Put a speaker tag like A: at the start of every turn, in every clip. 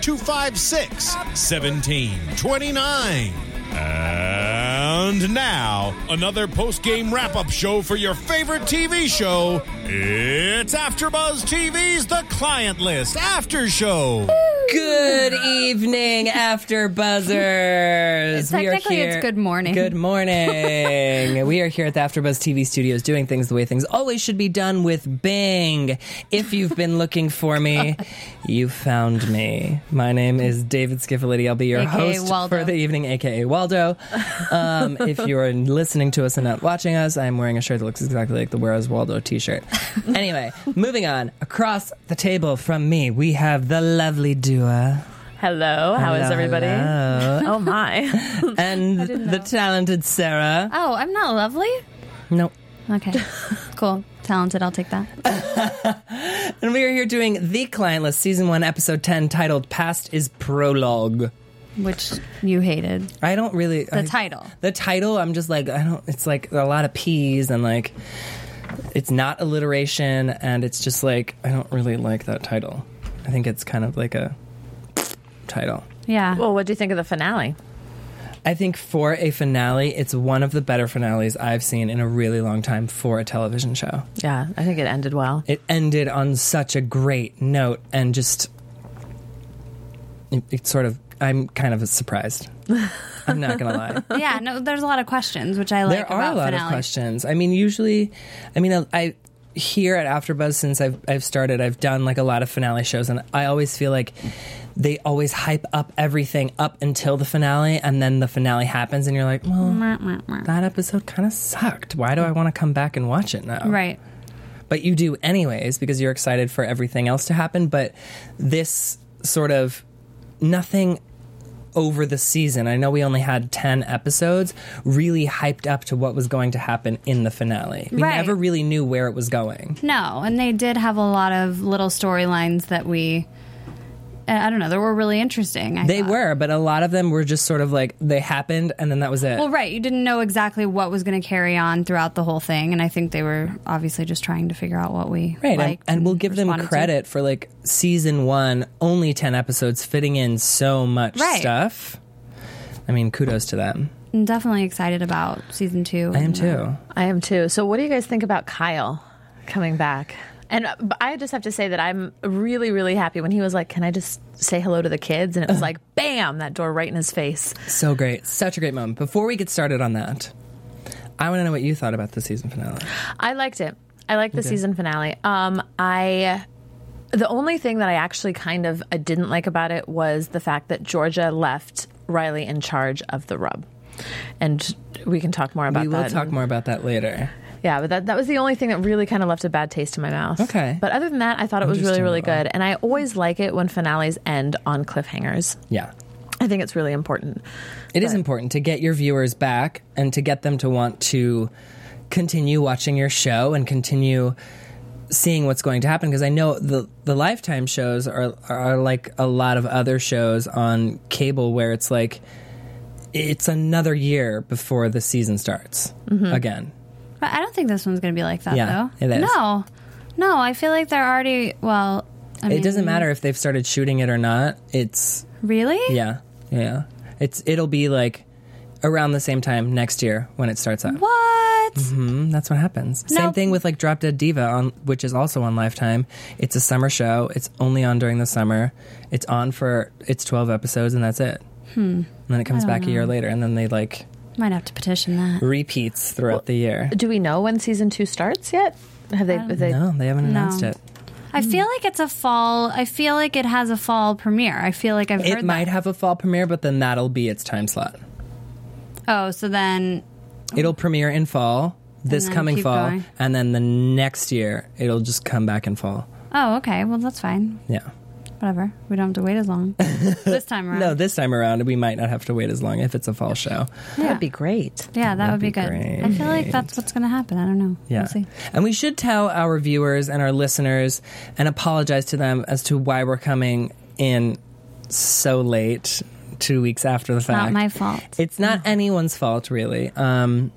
A: 256 1729. And now, another post game wrap up show for your favorite TV show. It's AfterBuzz TV's The Client List After Show.
B: Good evening, after buzzers. We are
C: Technically, it's
B: here-
C: good morning.
B: Good morning. we are here at the AfterBuzz TV studios doing things the way things always should be done with Bing. If you've been looking for me, you found me. My name is David Skiffolitti. I'll be your
C: AKA
B: host
C: Waldo.
B: for the evening, aka Waldo. Um, if you are listening to us and not watching us, I am wearing a shirt that looks exactly like the Where Is Waldo T-shirt. anyway, moving on. Across the table from me, we have the lovely duo.
D: Hello, how is
B: Hello,
D: everybody?
B: hello.
D: Oh my.
B: and the talented Sarah.
C: Oh, I'm not lovely.
B: No.
C: Okay, cool, talented. I'll take that.
B: And we are here doing The Client List, Season 1, Episode 10, titled Past is Prologue.
C: Which you hated.
B: I don't really. The
C: title.
B: The title, I'm just like, I don't. It's like a lot of P's and like, it's not alliteration and it's just like, I don't really like that title. I think it's kind of like a title.
C: Yeah.
D: well, what do you think of the finale?
B: I think for a finale, it's one of the better finales I've seen in a really long time for a television show.
D: Yeah, I think it ended well.
B: it ended on such a great note and just it, it sort of i'm kind of surprised i'm not gonna lie
C: yeah. No, there's a lot of questions, which I like.
B: there are
C: about
B: a lot
C: finales.
B: of questions i mean usually i mean i, I here at afterbuzz since I've, I've started i've done like a lot of finale shows and i always feel like they always hype up everything up until the finale and then the finale happens and you're like well
C: Mwah, mwah, mwah.
B: that episode kind of sucked why do i want to come back and watch it now
C: Right.
B: but you do anyways because you're excited for everything else to happen. But this sort of nothing over the season, I know we only had 10 episodes, really hyped up to what was going to happen in the finale. We
C: Right.
B: never really knew where it was going.
C: No, and they did have a lot of little storylines that we. uh, I I don't know. They were really interesting. I
B: They
C: thought.
B: were, but a lot of them were just sort of like they happened and then that was it.
C: Well, right. You didn't know exactly what was going to carry on throughout the whole thing, and I think they were obviously just trying to figure out what we
B: Right, and,
C: liked
B: and we'll give them
C: responded to.
B: credit for like season one, only 10 episodes, fitting in so much
C: Right.
B: stuff. I mean, kudos to them.
C: I'm definitely excited about season two. uh,
B: I am too.
D: I am too. So, what do you guys think about Kyle coming back? And uh, b- I just have to say that I'm really, really happy when he was like, Can I just say hello to the kids? And it was like, Bam, that door right in his face.
B: So great. Such a great moment. Before we get started on that, I want to know what you thought about the season finale.
D: I liked it. I liked the season finale. Um, I. The only thing that I actually kind of uh, didn't like about it was the fact that Georgia left Riley in charge of the rub. And we can talk more about
B: we will
D: that.
B: talk more about that later.
D: Yeah, but that, that was the only thing that really kind of left a bad taste in my mouth.
B: Okay.
D: But other than that, I thought it was really, really
B: Understandable.
D: good. And I always like it when finales end on cliffhangers.
B: Yeah.
D: I think it's really important.
B: it is important to get your viewers back and to get them to want to continue watching your show and continue seeing what's going to happen because I know the the lifetime shows are are like a lot of other shows on cable where it's like it's another year before the season starts again.
C: But I don't think this one's going to be like that,
B: Yeah,
C: though.
B: it is.
C: No, no. I feel like they're already. Well, I mean,
B: It doesn't matter if they've started shooting it or not. It's
C: Really?
B: Yeah, yeah. It's it'll be like around the same time next year when it starts up.
C: What?
B: Mm, that's what happens. Same
C: No.
B: thing with like Drop Dead Diva, on which is also on Lifetime. It's a summer show. It's only on during the summer. It's on for it's twelve episodes, and that's it. Hmm. And then it comes back a year later, and then they like
C: Might have to petition that.
B: repeats throughout the year.
D: Do we know when season two starts yet? Have they?
C: Um,
D: have they
B: No, they haven't announced
C: No.
B: it.
C: I
B: Mm-hmm.
C: feel like it's a fall. I feel like it has a fall premiere. I feel like I've
B: It
C: heard
B: might
C: that.
B: have a fall premiere, but then that'll be its time slot.
C: Oh, so then
B: It'll premiere in fall, this
C: Oh. then
B: coming
C: keep
B: fall,
C: going.
B: and then the next year it'll just come back in fall.
C: oh, okay. Well, that's fine.
B: Yeah.
C: Whatever. We don't have to wait as long this time around.
B: No, this time around we might not have to wait as long if it's a fall show.
D: That would be great.
C: yeah, that would be,
B: be
C: good.
B: great.
C: I feel like that's what's going to happen. I don't know.
B: Yeah.
C: We'll see.
B: And we should tell our viewers and our listeners and apologize to them as to why we're coming in so late, two weeks after the fact.
C: Not my fault.
B: It's not anyone's fault, really. Um,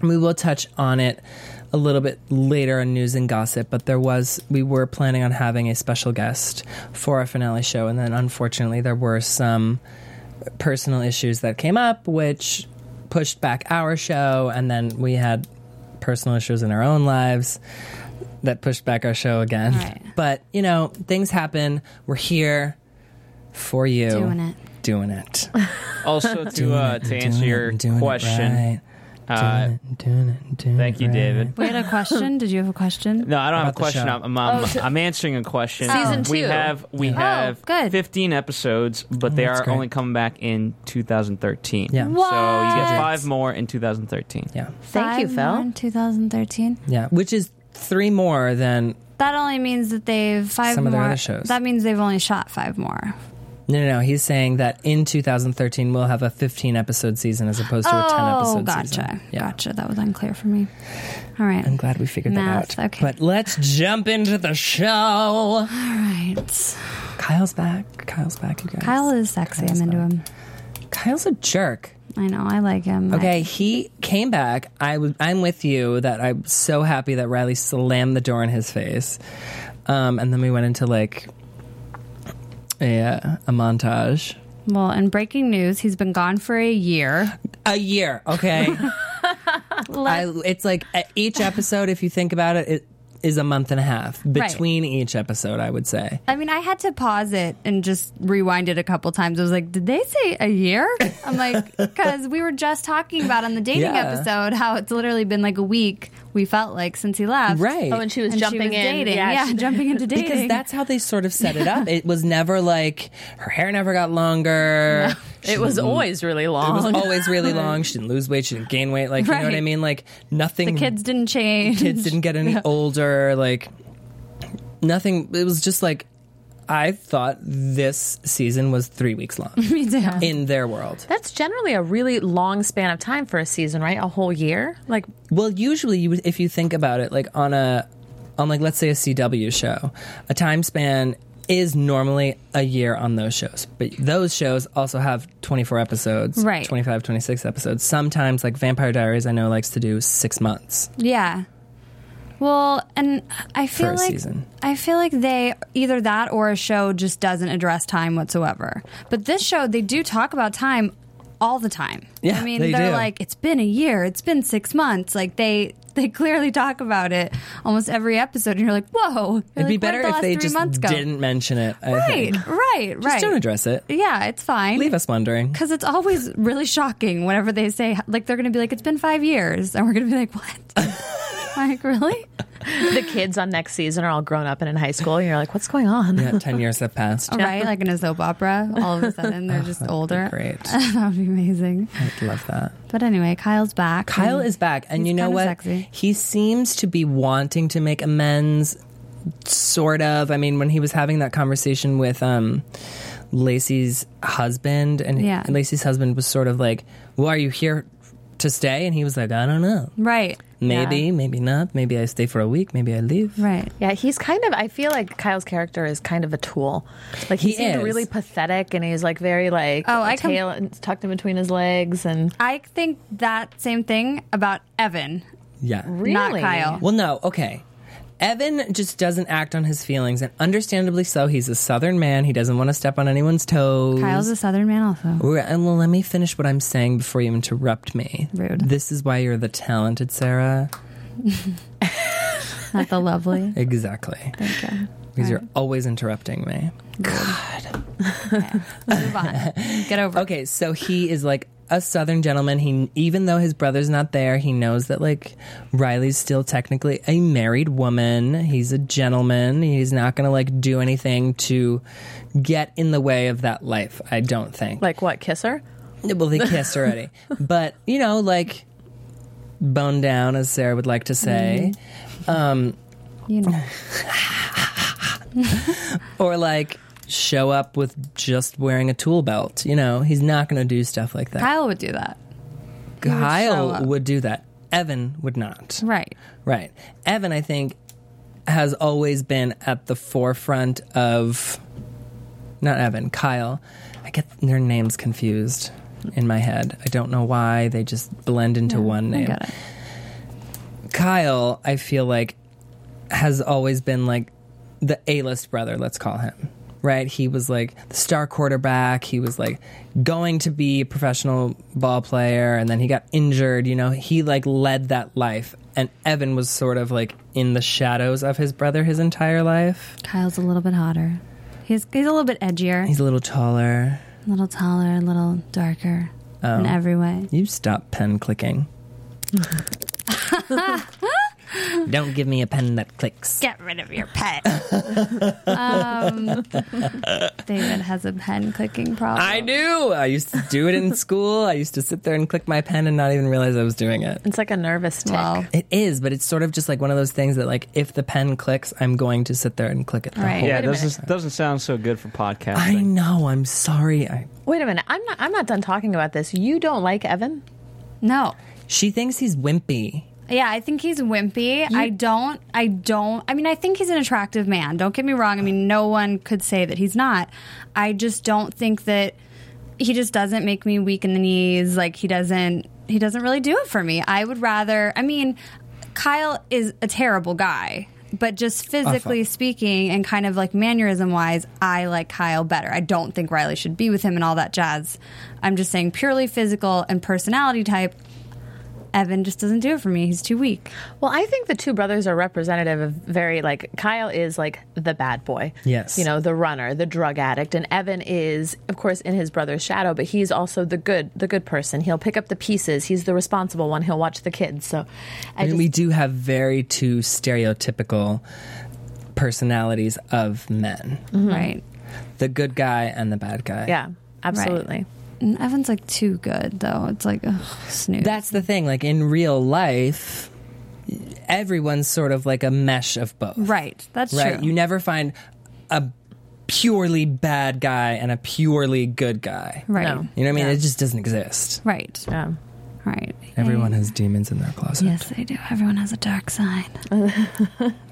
B: we will touch on it a little bit later on news and gossip, but there was we were planning on having a special guest for our finale show, and then unfortunately there were some personal issues that came up, which pushed back our show, and then we had personal issues in our own lives that pushed back our show again.
C: Right.
B: But you know, things happen. We're here for you,
C: Doing it.
B: doing it.
E: Also, to uh, to answer
B: Doing it,
E: your
B: doing it
E: question,
B: right.
E: uh,
B: Doing it, doing it, doing it
E: thank you,
B: right.
E: David.
C: We had a question. Did you have a question?
E: No, I don't have a
B: About the
E: question.
B: show.
E: I'm I'm, I'm- I'm answering a question.
D: Oh,
E: Um,
D: Season
E: We
D: two. Oh,
E: have we have
C: good.
E: 15 episodes, but they
B: Oh, that's
E: are
B: great.
E: only coming back in 2013.
B: Yeah.
E: So you
C: What?
E: get five more in 2013.
B: Yeah,
D: Thank you,
C: Five
D: Phil.
C: more in 2013.
B: yeah, which is three more than
C: That only means that they've five
B: Some
C: more.
B: of their other shows.
C: That means they've only shot five more.
B: no, no, no. He's saying that in 2013 we'll have a 15 episode season as opposed to a 10
C: Oh,
B: episode
C: gotcha,
B: season. Yeah.
C: gotcha. That was unclear for me. All right.
B: I'm glad we figured
C: Math,
B: that out.
C: okay.
B: But let's jump into the show.
C: right.
B: Kyle's back. Kyle's back, you guys.
C: Kyle is sexy.
B: Kyle's
C: I'm into
B: back.
C: him.
B: Kyle's a jerk.
C: I know. I like him.
B: Okay, he came back. I was. I'm with you. That I'm so happy that Riley slammed the door in his face, um, and then we went into like a uh, a montage.
C: I- well, in breaking news, he's been gone for a year.
B: A year, okay. I, it's like uh, each episode, if you think about it, it is a month and a half between each episode. I would say.
C: I mean, I had to pause it and just rewind it a couple times. I was like, "Did they say a year?" I'm like, because we were just talking about on the dating
B: Yeah.
C: episode how it's literally been like a week. We felt like since he left,
B: Right.
D: Oh, and she was
C: And she
D: jumping
C: was
D: in.
C: dating.
D: Yeah,
C: Yeah,
D: she-
C: jumping into dating.
B: because that's how they sort of set it up. It was never like her hair never got longer.
D: It was always really long.
B: Mm-hmm. It was always really long. She didn't lose weight. She didn't gain weight. Like you know what I
C: Right.
B: mean? Like nothing.
C: the kids didn't change.
B: Mm-hmm. kids didn't get any older. Like nothing. It was just like I thought this season was three weeks long
C: Me too.
B: in their world.
D: That's generally a really long span of time for a season, right? A whole year. Like
B: Well, usually, you, if you think about it, like on a, on like let's say a CW show, a time span is normally a year on those shows. But those shows also have 24 episodes,
C: Right.
B: 25, 26 episodes. Sometimes like Vampire Diaries I know likes to do 6 months.
C: Yeah. Well, and I feel
B: a
C: like
B: season.
C: I feel like they either that or a show just doesn't address time whatsoever. But this show, they do talk about time all the time.
B: Yeah,
C: I mean,
B: they
C: are
B: do.
C: like it's been a year, it's been six months. Like they they clearly talk about it almost every episode, and you're like, whoa. You're
B: It'd
C: like,
B: be
C: where'd
B: better
C: the
B: if
C: last
B: they
C: three
B: just
C: months go?
B: didn't mention it. I
C: Right,
B: think.
C: right, right.
B: Just don't address it.
C: Yeah, it's fine.
B: Leave us wondering.
C: Because it's always really shocking whenever they say, like, they're going to be like, it's been five years. And we're going to be like, what? like, really?
D: the kids on next season are all grown up and in high school. And you're like, what's going on?
B: Yeah, 10 years have passed.
C: Right? Like in a soap opera, all of a sudden they're just older.
B: Great.
C: that would be amazing.
B: I'd love that.
C: But anyway, Kyle's back.
B: Kyle
C: and
B: is back, and
C: Mm. he's
B: you know
C: kinda
B: what?
C: sexy.
B: He seems to be wanting to make amends, sort of. I mean, when he was having that conversation with um, Lacey's husband, and
C: Yeah.
B: Lacey's husband was sort of like, "Well, are you here to stay?" And he was like, "I don't know.
C: Right.
B: Maybe, maybe not. Maybe I stay for a week. Maybe I leave."
C: Right.
D: Yeah, he's kind of. I feel like Kyle's character is kind of a tool. Like he,
B: He
D: seemed
B: is.
D: really pathetic, and he's like very like
C: Oh, I com-
D: tail tucked in between his legs, and
C: I think that same thing about Evan,
B: Yeah.
C: not
D: Really?
C: Kyle.
B: Well, no, okay. Evan just doesn't act on his feelings, and understandably so. He's a Southern man. He doesn't want to step on anyone's toes.
C: Kyle's a southern man, also.
B: We're- and Well, let me finish what I'm saying before you interrupt me.
C: Rude.
B: This is why you're the talented Sarah.
C: Not the lovely.
B: Exactly.
C: Thank you.
B: Because you're always interrupting me.
C: Move on. Get over it.
B: Okay, so he is like, a southern gentleman. He even though his brother's not there, he knows that like Riley's still technically a married woman. He's a gentleman. He's not going to like do anything to get in the way of that life, I don't think.
D: Like what? Kiss her?
B: Well, they kissed already. but, you know, like bone down, as Sarah would like to say.
C: Mm.
B: Um,
C: You know.
B: Or like show up with just wearing a tool belt. You know, he's not going to do stuff like that.
C: Kyle would do that. He would show
B: Kyle
C: up.
B: would, do that. Evan would not.
C: Right.
B: Right. Evan, I think, has always been at the forefront of. Not Evan, Kyle. I get their names confused in my head. I don't know why. They just blend into one
C: I
B: name.
C: get it.
B: Kyle, I feel like, has always been like the A list brother, let's call him. Right? He was like the star quarterback. He was like going to be a professional ball player and then he got injured. You know, he like led that life. And Evan was sort of like in the shadows of his brother his entire life.
C: Kyle's a little bit hotter. He's he's a little bit edgier,
B: He's a little taller.
C: a little taller, a little darker in every way.
B: You stop pen clicking. Don't give me a pen that clicks.
C: Get rid of your pet. Um, David has a pen clicking problem.
B: I do. I used to do it in school. I used to sit there and click my pen and not even realize I was doing it.
D: It's like a nervous tick.
C: Well,
B: It is, but it's sort of just like one of those things that like if the pen clicks, I'm going to sit there and click it. the
C: Right.
B: whole-
E: Yeah,
D: Wait a
E: doesn't doesn't sound so good for podcasting.
B: I know. I'm sorry. I,
D: Wait a minute. I'm not. I'm not done talking about this. You don't like Evan.
C: no.
B: she thinks he's wimpy.
C: Yeah, I think he's wimpy. I don't. I don't. I mean, I think he's an attractive man. Don't get me wrong. I mean, no one could say that he's not. I just don't think that he just doesn't make me weak in the knees. Like he doesn't. He doesn't really do it for me. I would rather. I mean, Kyle is a terrible guy. But just physically
B: Awful.
C: speaking and kind of like mannerism wise, I like Kyle better. I don't think Riley should be with him and all that jazz. I'm just saying, purely physical and personality type, Evan just doesn't do it for me. He's too weak.
D: Well, I think the two brothers are representative of very like Kyle is like the bad boy.
B: Yes.
D: You know, the runner, the drug addict, and Evan is of course in his brother's shadow, but he's also the good the good person. He'll pick up the pieces. He's the responsible one. He'll watch the kids. So I
B: And
D: just,
B: we do have very two stereotypical personalities of men:
C: Right.
B: the good guy and the bad guy.
D: yeah, absolutely.
C: And Evan's like too good though. It's like ugh, snooze.
B: That's the thing. Like in real life, everyone's sort of like a mesh of both.
C: right. That's
B: Right.
C: true.
B: You never find a purely bad guy and a purely good guy.
C: right.
D: No.
B: You know what I mean? It just doesn't exist.
C: Right.
D: Yeah.
C: Right.
B: Everyone has demons in their closet.
C: Yes, they do. Everyone has a dark side.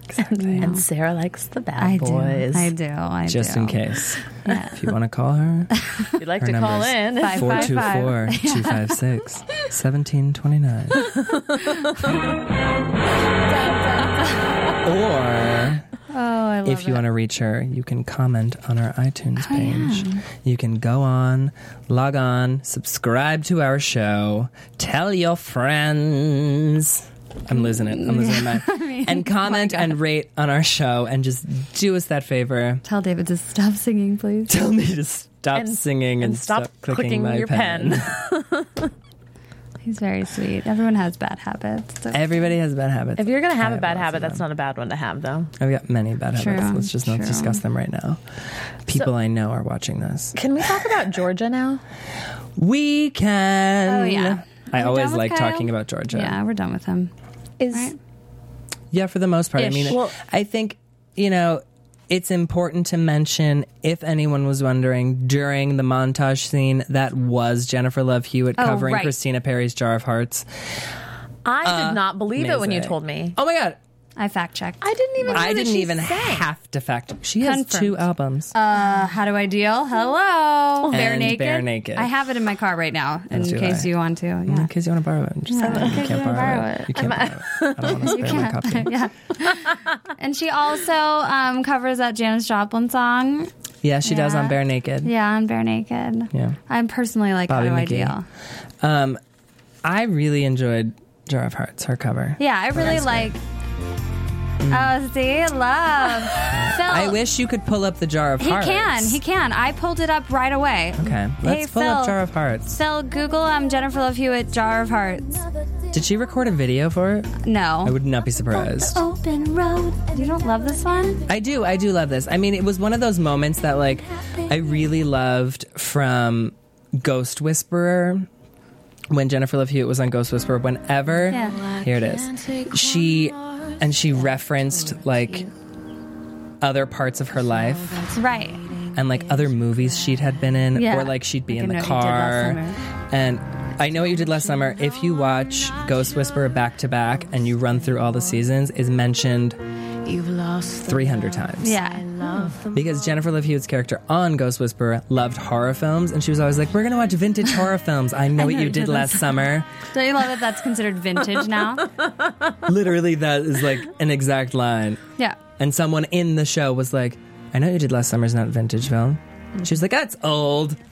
B: Exactly.
D: And Sarah likes the bad
C: I
D: boys.
C: do. I do. I
B: Just
C: do.
B: in case. If you want to call her,
D: You'd like
B: Her
D: to call
B: numbers.
D: in.
C: Five, five, five.
B: 424 256 1729. Or
C: Oh, I love
B: if you
C: it.
B: want to reach her, you can comment on our iTunes page. You can go on, log on, subscribe to our show, tell your friends. I'm losing it. I'm losing my mind. and comment and rate on our show and just do us that favor.
C: Tell David to stop singing, please.
B: Tell me to stop
D: And-
B: singing and,
D: and stop
B: clicking,
D: clicking
B: my
D: your pen.
C: He's very sweet. Everyone has bad habits. So
B: Everybody has bad habits.
D: If you're gonna have
B: I
D: a bad
B: lots
D: habit,
B: of
D: that's
B: them.
D: not a bad one to have though.
B: I've got many bad
C: True,
B: habits. Let's just not
C: true.
B: discuss them right now. People I know are watching this.
D: Can we talk about Georgia now?
B: We can.
C: Oh, yeah.
B: I
C: Are we
B: always
C: done with
B: like
C: Kyle?
B: talking about Georgia.
C: yeah, we're done with him.
D: Is
C: Right.
B: Yeah, for the most part. I
D: Ish.
B: mean,
D: Well-
B: I think, you know, it's important to mention if anyone was wondering during the montage scene, that was Jennifer Love Hewitt
C: Oh,
B: covering
C: right.
B: Christina Perry's Jar of Hearts.
D: I did not believe it when you
B: amazing.
D: told me.
B: Oh my God.
C: I fact checked.
D: I didn't even. know
B: I
D: that
B: didn't
D: she
B: even
D: sang.
B: have to fact. She has
C: Confirmed.
B: two albums.
C: Uh, how do I deal? Hello, bare
B: And
C: naked.
B: Bare Naked.
C: I have it in my car right now, in
B: do
C: case
B: I.
C: you want to. Yeah.
B: in case you want to borrow it, I'm just kidding. you
C: case
B: can't
C: you wanna
B: borrow,
C: borrow
B: it.
C: it.
B: You can't borrow it. I don't want to spare my copy.
C: yeah. and she also um, covers that Janis Joplin song.
B: Yeah, she does
C: Yeah.
B: on Bare Naked.
C: Yeah, I'm bare naked.
B: Yeah.
C: I'm personally like,
B: Bobby
C: how do
B: McGee.
C: I deal?
B: Um, I really enjoyed Jar of Hearts, her cover.
C: Yeah, I really like. Oh, see, love. Phil,
B: I wish you could pull up the jar of
C: Oh. he
B: hearts.
C: can. He can. I pulled it up right away.
B: Okay, let's
C: Hey,
B: pull
C: Phil.
B: up jar of hearts.
C: Phil, Google um, Jennifer Love Hewitt Jar of Hearts.
B: Did she record a video for it?
C: No.
B: I would not be surprised.
F: Open road.
C: you don't love this one?
B: I do. I do love this. I mean, it was one of those moments that like I really loved from Ghost Whisperer when Jennifer Love Hewitt was on Ghost Whisperer. Whenever
C: Yeah.
B: here it is, she and she referenced like other parts of her life
C: Right.
B: and like other movies she'd had been in,
C: Yeah.
B: or like she'd be
C: Like
B: in
C: I
B: the
C: Know What You Did Last
B: car. And I know what you did last summer. If you watch Ghost Whisperer back to back and you run through all the seasons, is mentioned
G: You've lost
B: 300 times.
C: Yeah.
B: Because Jennifer Love Hewitt's character on Ghost Whisperer loved horror films, and she was always like, "We're gonna watch vintage horror films." I know what you did last summer.
C: Don't you love that that's considered vintage now?
B: Literally, that is like an exact line.
C: Yeah.
B: And someone in the show was like, "I know what you did last summer's not a vintage film." She was like, "That's old."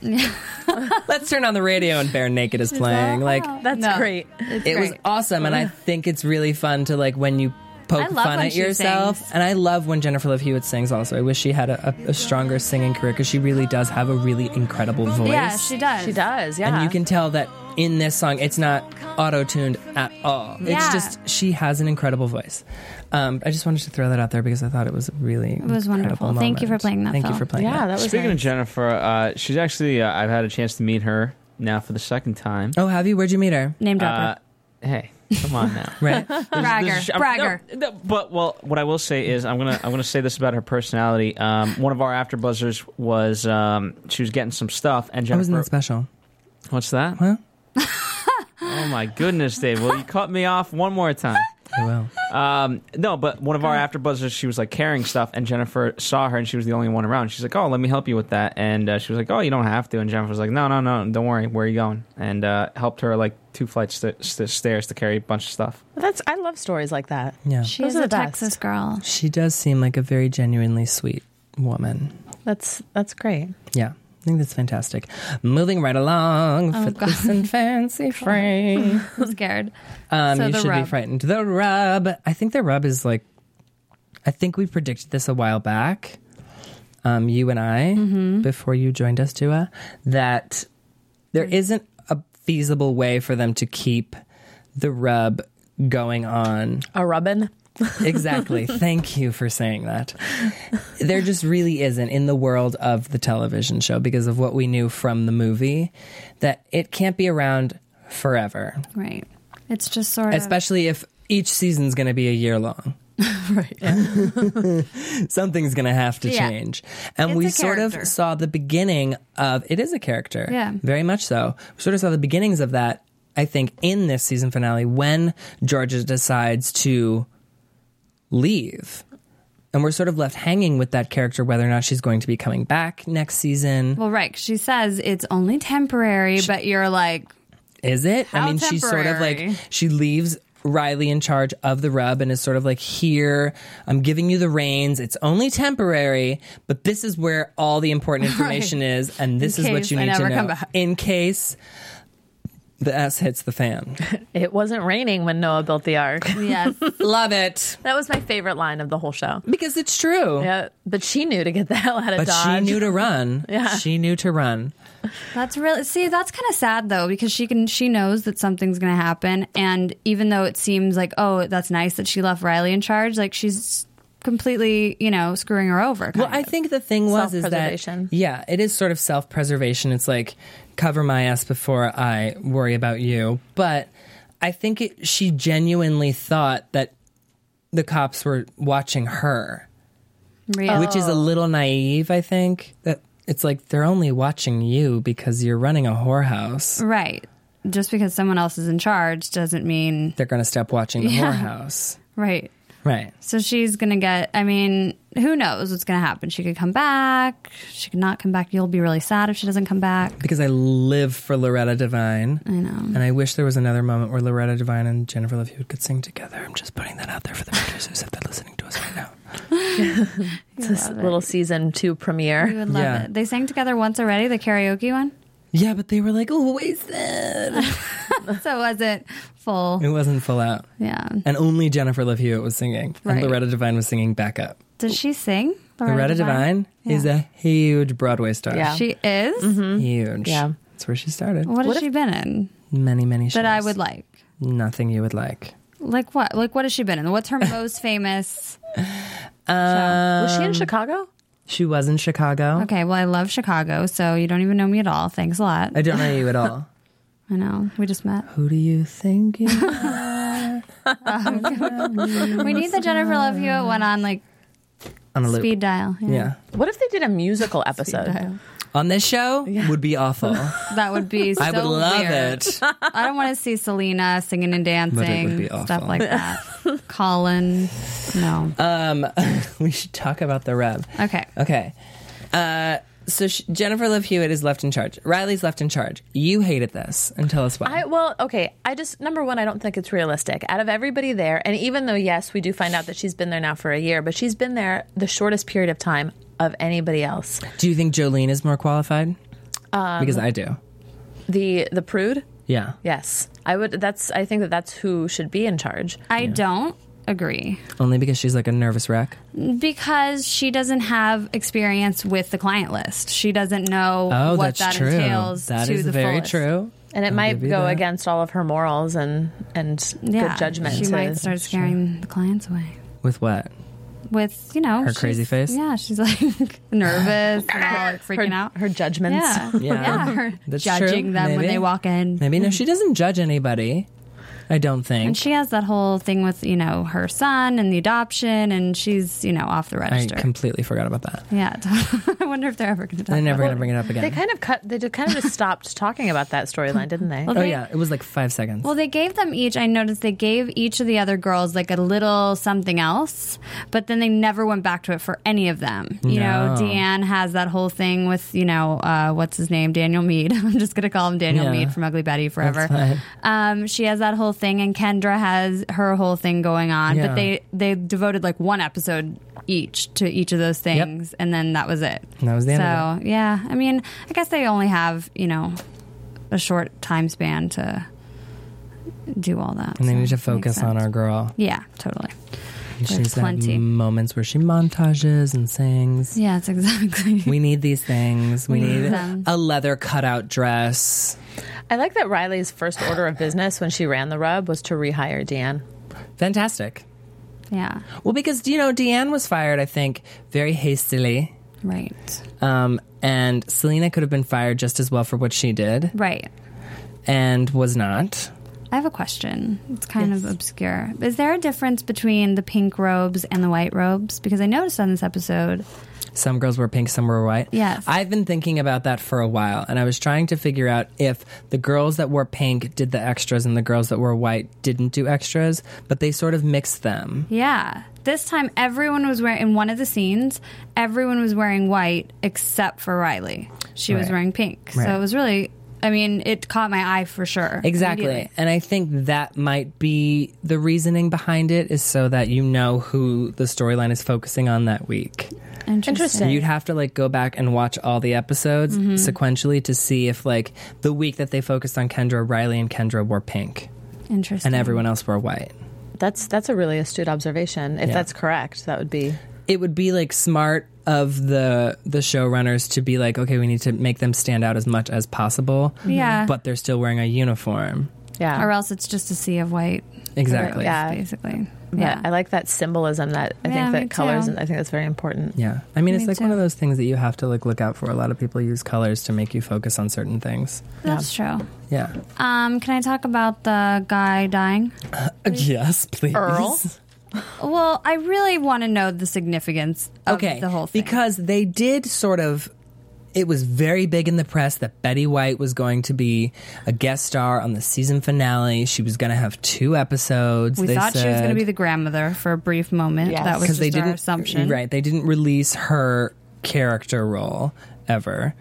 B: Let's turn on the radio and Bare Naked is playing. Like,
D: That's
C: No.
D: great.
C: "Oh,
B: it was awesome, and I think it's really fun to like when you
C: I
B: poke
C: love
B: fun
C: when
B: at
C: she
B: yourself.
C: sings.
B: And I love when Jennifer Love Hewitt sings. Also, I wish she had a, a, a stronger singing career because she really does have a really incredible voice.
C: Yeah, she does.
D: She does, yeah.
B: and you can tell that in this song it's not auto-tuned at all it's
C: Yeah.
B: just she has an incredible voice um, i just wanted to throw that out there because i thought it was a really it
C: was wonderful. Thank you for playing that,
B: thank you
C: Phil.
B: for playing
D: Yeah,
B: that
D: that was
E: Speaking
D: nice.
E: of Jennifer, uh, she's actually uh, I've had a chance to meet her now for the second time.
B: oh have you where'd you meet her
C: Name
E: Uh,
C: dropper.
E: hey, come on now.
B: right
C: bragger.
E: This is- I'm-
C: bragger.
E: no, no, but well, what I will say is I'm gonna I'm gonna say this about her personality. Um, one of our afterbuzzers was um, she was getting some stuff, and
B: i
E: Jennifer.
B: wasn't that special
E: What's that?
B: Huh?
E: oh my goodness, Dave! Well, you cut me off one more time.
B: oh well
E: Um, no, but one of our afterbuzzers, she was like carrying stuff, and Jennifer saw her, and she was the only one around. She's like, "Oh, let me help you with that," and uh, she was like, "Oh, you don't have to." And Jennifer was like, "No, no, no, don't worry. Where are you going?" And uh, helped her like two flights st- st- stairs to carry a bunch of stuff.
D: That's I love stories like that.
B: yeah
C: She
D: Those
C: is
D: are
C: a
D: the best.
C: Texas girl.
B: she does seem like a very genuinely sweet woman
D: That's that's great.
B: yeah I think that's fantastic. Moving right along,
C: Oh,
B: Footloose and fancy free.
C: I'm scared.
B: Um,
C: So
B: you
C: the
B: should
C: rub.
B: be frightened. The rub. I think the rub is like, I think we predicted this a while back. Um, you and I,
C: Mm-hmm.
B: before you joined us, Dua, that
C: Mm.
B: there isn't a feasible way for them to keep the rub going on.
D: A Robin.
B: Exactly. Thank you for saying that. There just really isn't in the world of the television show because of what we knew from the movie that it can't be around forever
C: Right. It's just sort of.
B: especially if each season's going to be a year long. right. Something's going to have to
C: Yeah.
B: change. And
C: It's
B: we
C: a
B: sort of
C: character.
B: saw the beginning of it is a character.
C: Yeah.
B: Very much so. We sort of saw the beginnings of that, I think, in this season finale when Georgia decides to leave. And we're sort of left hanging with that character whether or not she's going to be coming back next season.
C: well, right. 'cause She says it's only temporary, but you're like,
B: Is it? I
C: How
B: mean, she's sort of like
C: temporary.
B: she leaves Riley in charge of the rub and is sort of like, "Here, I'm giving you the reins. It's only temporary, but this is where all the important information is, and this
C: In
B: is what
C: case
B: you
C: I
B: need to
C: never
B: know
C: come back."
B: in case the s hits the fan."
D: It wasn't raining when Noah built the ark.
C: yes.
B: Love it
D: That was my favorite line of the whole show.
B: because it's true.
D: Yeah, but she knew to get the hell out of
B: But
D: Dodge.
B: she knew to run. yeah. She knew to run.
C: That's really see. That's kind of sad though, because she can she knows that something's going to happen, and even though it seems like oh, that's nice that she left Riley in charge, like she's completely you know screwing her over. kind
B: Well, I
C: of.
B: think the thing was is that
D: Self-preservation.
B: yeah, it is sort of self preservation. It's like cover my ass before I worry about you. But I think it, she genuinely thought that the cops were watching her,
C: Really.
B: which is a little naive. I think that it's like they're only watching you because you're running a whorehouse.
C: right. Just because someone else is in charge doesn't mean
B: They're going to stop watching the whorehouse,
C: right.
B: right?
C: So she's gonna get. I mean, who knows what's gonna happen? She could come back. She could not come back. You'll be really sad if she doesn't come back.
B: Because I live for Loretta Devine. I know. And I wish there was another moment where Loretta Devine and Jennifer Love Hewitt could sing together. I'm just putting that out there for the producers if they're listening to us right now.
D: this little season two
C: You
D: premiere.
C: would love
B: Yeah.
C: it. They sang together once already, the karaoke one.
B: Yeah, but they were like, oh, wasted.
C: so it wasn't full.
B: It wasn't full out.
C: Yeah.
B: And only Jennifer Love Hewitt was singing.
C: Right.
B: And Loretta Devine was singing backup.
C: Does she sing?
B: Loretta Devine is
C: Yeah.
B: a huge Broadway star.
D: Yeah.
C: She is.
B: Huge.
D: Yeah.
B: That's where she started.
C: Mm-hmm. What has she been in
B: Many, many shows.
C: that I would like?
B: Nothing you would like.
C: Like what? Like what has she been in? What's her most famous?
B: Uh,
D: was she in Chicago?
B: She was in Chicago.
C: Okay, well I love Chicago, so you don't even know me at all. Thanks a lot.
B: I don't know you at all.
C: I know we just met.
B: Who do you think? you are?
C: We need the Jennifer Love Hewitt one on like
B: on a loop.
C: speed dial.
B: Yeah.
D: What if they did a musical episode?
B: On this show would be awful.
C: That would be. So
B: I would love
C: weird.
B: it.
C: I don't want to see Selena singing and dancing,
B: be
C: stuff
B: awful.
C: like that. Colin, no.
B: Um, we should talk about the rev.
C: Okay.
B: Okay. Uh, so sh Jennifer Love Hewitt is left in charge. Riley's left in charge. You hated this, and tell us why.
D: I, well, okay. I just number one, I don't think it's realistic. Out of everybody there, and even though yes, we do find out that she's been there now for a year, but she's been there the shortest period of time of anybody else.
B: do you think Jolene is more qualified?
C: Um,
B: because I do.
D: The the prude,
B: Yeah.
D: yes, I would. That's I think that that's who should be in charge.
C: I don't agree
B: Only because she's like a nervous wreck.
C: because she doesn't have experience with the client list. She doesn't know
B: Oh,
C: what
B: that's
C: that
B: true.
C: entails.
B: That
C: to
B: is
C: the
B: very
C: fullest.
B: true.
D: And it might
B: give you
D: go
B: that.
D: against all of her morals and and
C: Yeah,
D: good judgment.
C: She
D: to-
C: might start scaring the clients away
B: With what?
C: with you know
B: Her
C: she's-
B: crazy face?
C: Yeah, she's like nervous and all like freaking
D: her,
C: out.
D: her judgments.
C: yeah,
B: Yeah.
C: her
B: That's
C: judging
B: true,
C: them when
B: maybe.
C: they walk in.
B: Maybe no. She doesn't judge anybody. I don't
C: And
B: think.
C: she has that whole thing with, you know, her son and the adoption, and she's, you know, off the
B: I
C: register.
B: completely forgot about that.
C: yeah. I wonder if they're ever going to talk
B: They're
C: about
B: never gonna bring it up again.
D: They kind of cut. They did kind of just stopped talking about that storyline, didn't they?
C: Well,
B: oh
C: they-
B: yeah, it was like five seconds.
C: Well, they gave them each, I noticed they gave each of the other girls like a little something else, but then they never went back to it for any of them. You know,
B: No.
C: Deanne has that whole thing with, you know, uh, what's his name? Daniel Mead. I'm just going to call him Daniel
B: Yeah.
C: Mead from Ugly Betty forever.
B: fine.
C: Um, she has that whole thing, and Kendra has her whole thing going on,
B: Yeah.
C: but they, they devoted like one episode each to each of those things, and then that was it.
B: And that was the
C: so,
B: end of
C: yeah. I mean, I guess they only have, you know, a short time span to do all that.
B: and they
C: so
B: need to
C: makes
B: focus on
C: sense.
B: our girl.
C: Yeah, totally.
B: She's
C: plenty.
B: had moments where she montages and sings.
C: Yeah, it's exactly.
B: We need these things. We need
C: them.
B: a leather cutout dress.
D: I like that Riley's first order of business when she ran the rub was to rehire Deanne.
B: Fantastic.
C: yeah,
B: Well, because you know Deanne was fired, I think, very hastily,
C: right,
B: um, and Selena could have been fired just as well for what she did,
C: right.
B: and was not.
C: I have a question. It's kind of obscure. Is there a difference between the pink robes and the white robes? Because I noticed on this episode.
B: Some girls were pink, some were white.
C: Yes.
B: I've been thinking about that for a while, and I was trying to figure out if the girls that were pink did the extras and the girls that were white didn't do extras, but they sort of mixed them.
C: Yeah. This time, everyone was wearing, in one of the scenes, everyone was wearing white except for Riley. She was
B: Right.
C: wearing pink.
B: Right.
C: So it was really, I mean, it caught my eye for sure.
B: Exactly.
C: Immediately.
B: And I think that might be the reasoning behind it is so that you know who the storyline is focusing on that week.
C: Interesting. Mm-hmm.
D: Interesting.
B: You'd have to like go back and watch all the episodes sequentially to see if like the week that they focused on Kendra, Riley and Kendra were pink
C: Interesting.
B: and everyone else were white.
D: That's that's a really astute observation. If that's correct, that would be
B: It would be like smart of the the showrunners to be like, okay, we need to make them stand out as much as possible.
C: Yeah.
B: But they're still wearing a uniform.
D: yeah.
C: or else it's just a sea of white.
B: Exactly.
D: Yeah.
C: basically.
D: yeah. I like that symbolism. That I
C: Yeah,
D: think
C: me
D: that colors.
C: too.
D: I think that's very important.
B: Yeah. I mean, it's
C: Me
B: like one
C: too.
B: of those things that you have to like look out for. A lot of people use colors to make you focus on certain things.
C: that's true.
B: Yeah.
C: Um, can I talk about the guy dying?
B: Uh, Yes, please.
D: Earl?
C: Well, I really want to know the significance of
B: Okay.
C: the whole thing.
B: Because they did sort of it was very big in the press that Betty White was going to be a guest star on the season finale. She was going to have two episodes.
C: we
B: they
C: thought she was going to
B: said.
C: be the grandmother for a brief moment.
D: Yes.
C: That was
B: because
C: just
B: they
C: our
B: didn't
C: assumption.
B: right they didn't release her character role ever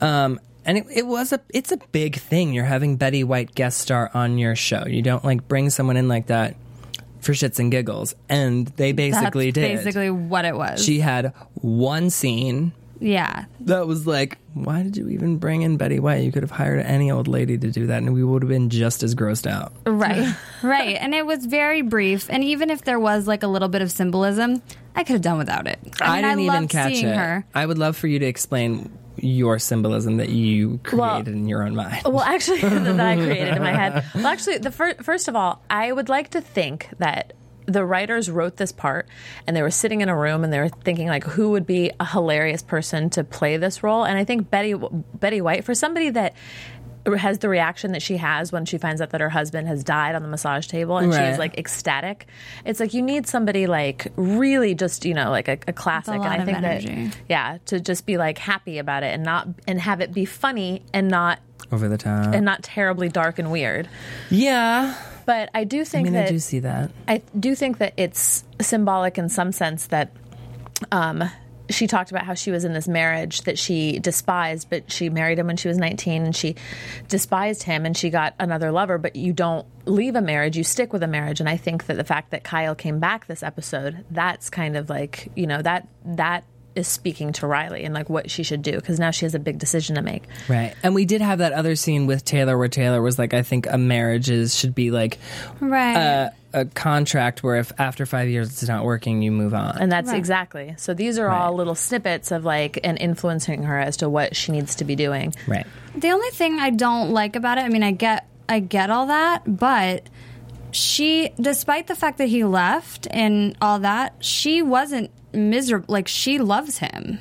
B: um and it, it was a it's a big thing you're having betty white guest star on your show you don't like bring someone in like that for shits and giggles and they
C: That's
B: basically did
C: basically what it was.
B: she had one scene
C: yeah,
B: that was like, why did you even bring in Betty White? You could have hired any old lady to do that, and we would have been just as grossed out.
C: right, right. And it was very brief. And even if there was like a little bit of symbolism, I could have done without it. I, mean,
B: didn't even
C: loved
B: catch
C: seeing
B: it.
C: her.
B: I would love for you to explain your symbolism that you created
D: Well-
B: in your own mind.
C: oh,
D: Well, actually, that I created in my head. Well, actually, the fir- first of all, I would like to think that the writers wrote this part and they were sitting in a room and they were thinking like who would be a hilarious person to play this role and i think betty betty white for somebody that has the reaction that she has when she finds out that her husband has died on the massage table and
B: Right.
D: she's like ecstatic it's like you need somebody like really just you know like a, a classic
C: a
D: and
C: lot
D: i
C: of
D: think
C: energy.
D: that yeah to just be like happy about it and not and have it be funny and not
B: Over the top.
D: and not terribly dark and weird.
B: yeah.
D: But I do
B: I
D: think
B: mean,
D: that
B: I do see that.
D: I do think that it's symbolic in some sense that um, she talked about how she was in this marriage that she despised, but she married him when she was 19 and she despised him and she got another lover. But you don't leave a marriage, you stick with a marriage. And I think that the fact that Kyle came back this episode, that's kind of like, you know, that, that is speaking to Riley and like what she should do because now she has a big decision to make.
B: Right. And we did have that other scene with Taylor where Taylor was like, I think a marriage is, should be like
C: Right.
B: a, a contract where if after five years it's not working, you move on.
D: And that's exactly. So these are all little snippets of like and influencing her as to what she needs to be doing.
B: right.
C: The only thing I don't like about it, I mean, I get, I get all that, but she, despite the fact that he left and all that, she wasn't miserable. Like she loves him.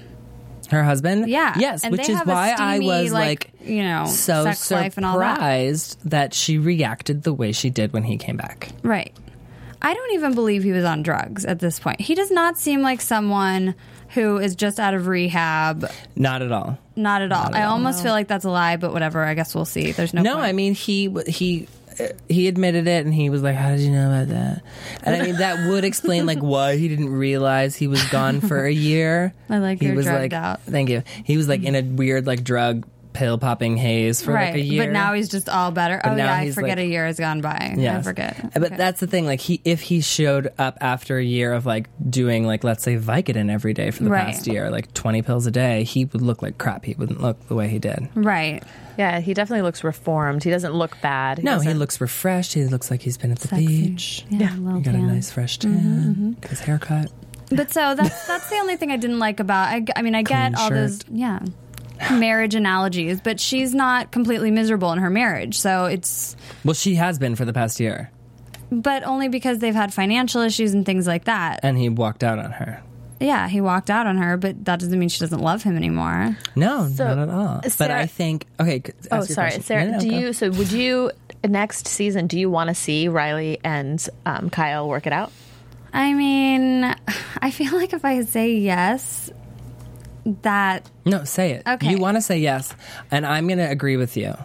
B: Her husband?
C: Yeah.
B: Yes,
C: And
B: which
C: they
B: is
C: have a
B: why I
C: steamy,
B: was like,
C: like, you know,
B: so
C: sex
B: surprised
C: life and all that.
B: that. she reacted the way she did when he came back.
C: Right. I don't even believe he was on drugs at this point. He does not seem like someone who is just out of rehab.
B: Not at all.
C: Not at all. I almost feel like that's a lie, but whatever. I guess we'll see. There's no.
B: No,
C: point.
B: I mean he w- he uh, he admitted it, and he was like, "How did you know about that?" And I mean that would explain like why he didn't realize he was gone for a year.
C: I like
B: he
C: you're
B: was like,
C: drugged out.
B: Thank you. He was like in a weird like drug pill popping haze for
C: right.
B: like a year.
C: But now he's just all better. oh
B: now
C: yeah, I
B: he's
C: forget
B: like-
C: a year has gone by.
B: Yes. Uh,
C: I forget.
B: But
C: Okay.
B: that's the thing. Like he, if he showed up after a year of like doing like let's say Vicodin every day for the
C: Right.
B: past year, like twenty pills a day, he would look like crap. He wouldn't look the way he did.
C: right.
D: Yeah, he definitely looks reformed. He doesn't look bad.
B: No, he
D: doesn't-
B: looks refreshed. He looks like he's been at the
C: Sexy.
B: beach.
C: Yeah. a
B: He
C: little
B: got a
C: tan.
B: nice fresh
D: Mm-hmm,
B: tan. Got His haircut.
C: But so that's that's the only thing I didn't like about. I, g- I mean, I get
B: Clean
C: all those yeah marriage analogies, but she's not completely miserable in her marriage. So it's
B: Well, she has been for the past year,
C: but only because they've had financial issues and things like that.
B: and he walked out on her.
C: Yeah, he walked out on her, but that doesn't mean she doesn't love him anymore.
B: No, not at all. but
D: Sarah-
B: I think okay. c- ask
D: Oh,
B: your
D: sorry,
B: question.
D: Sarah.
B: No, no,
D: do
B: go.
D: you? So, would you next season? Do you want to see Riley and um, Kyle work it out?
C: I mean, I feel like if I say yes, that
B: No, say it.
C: Okay.
B: You want to say yes, and I'm going to agree with you,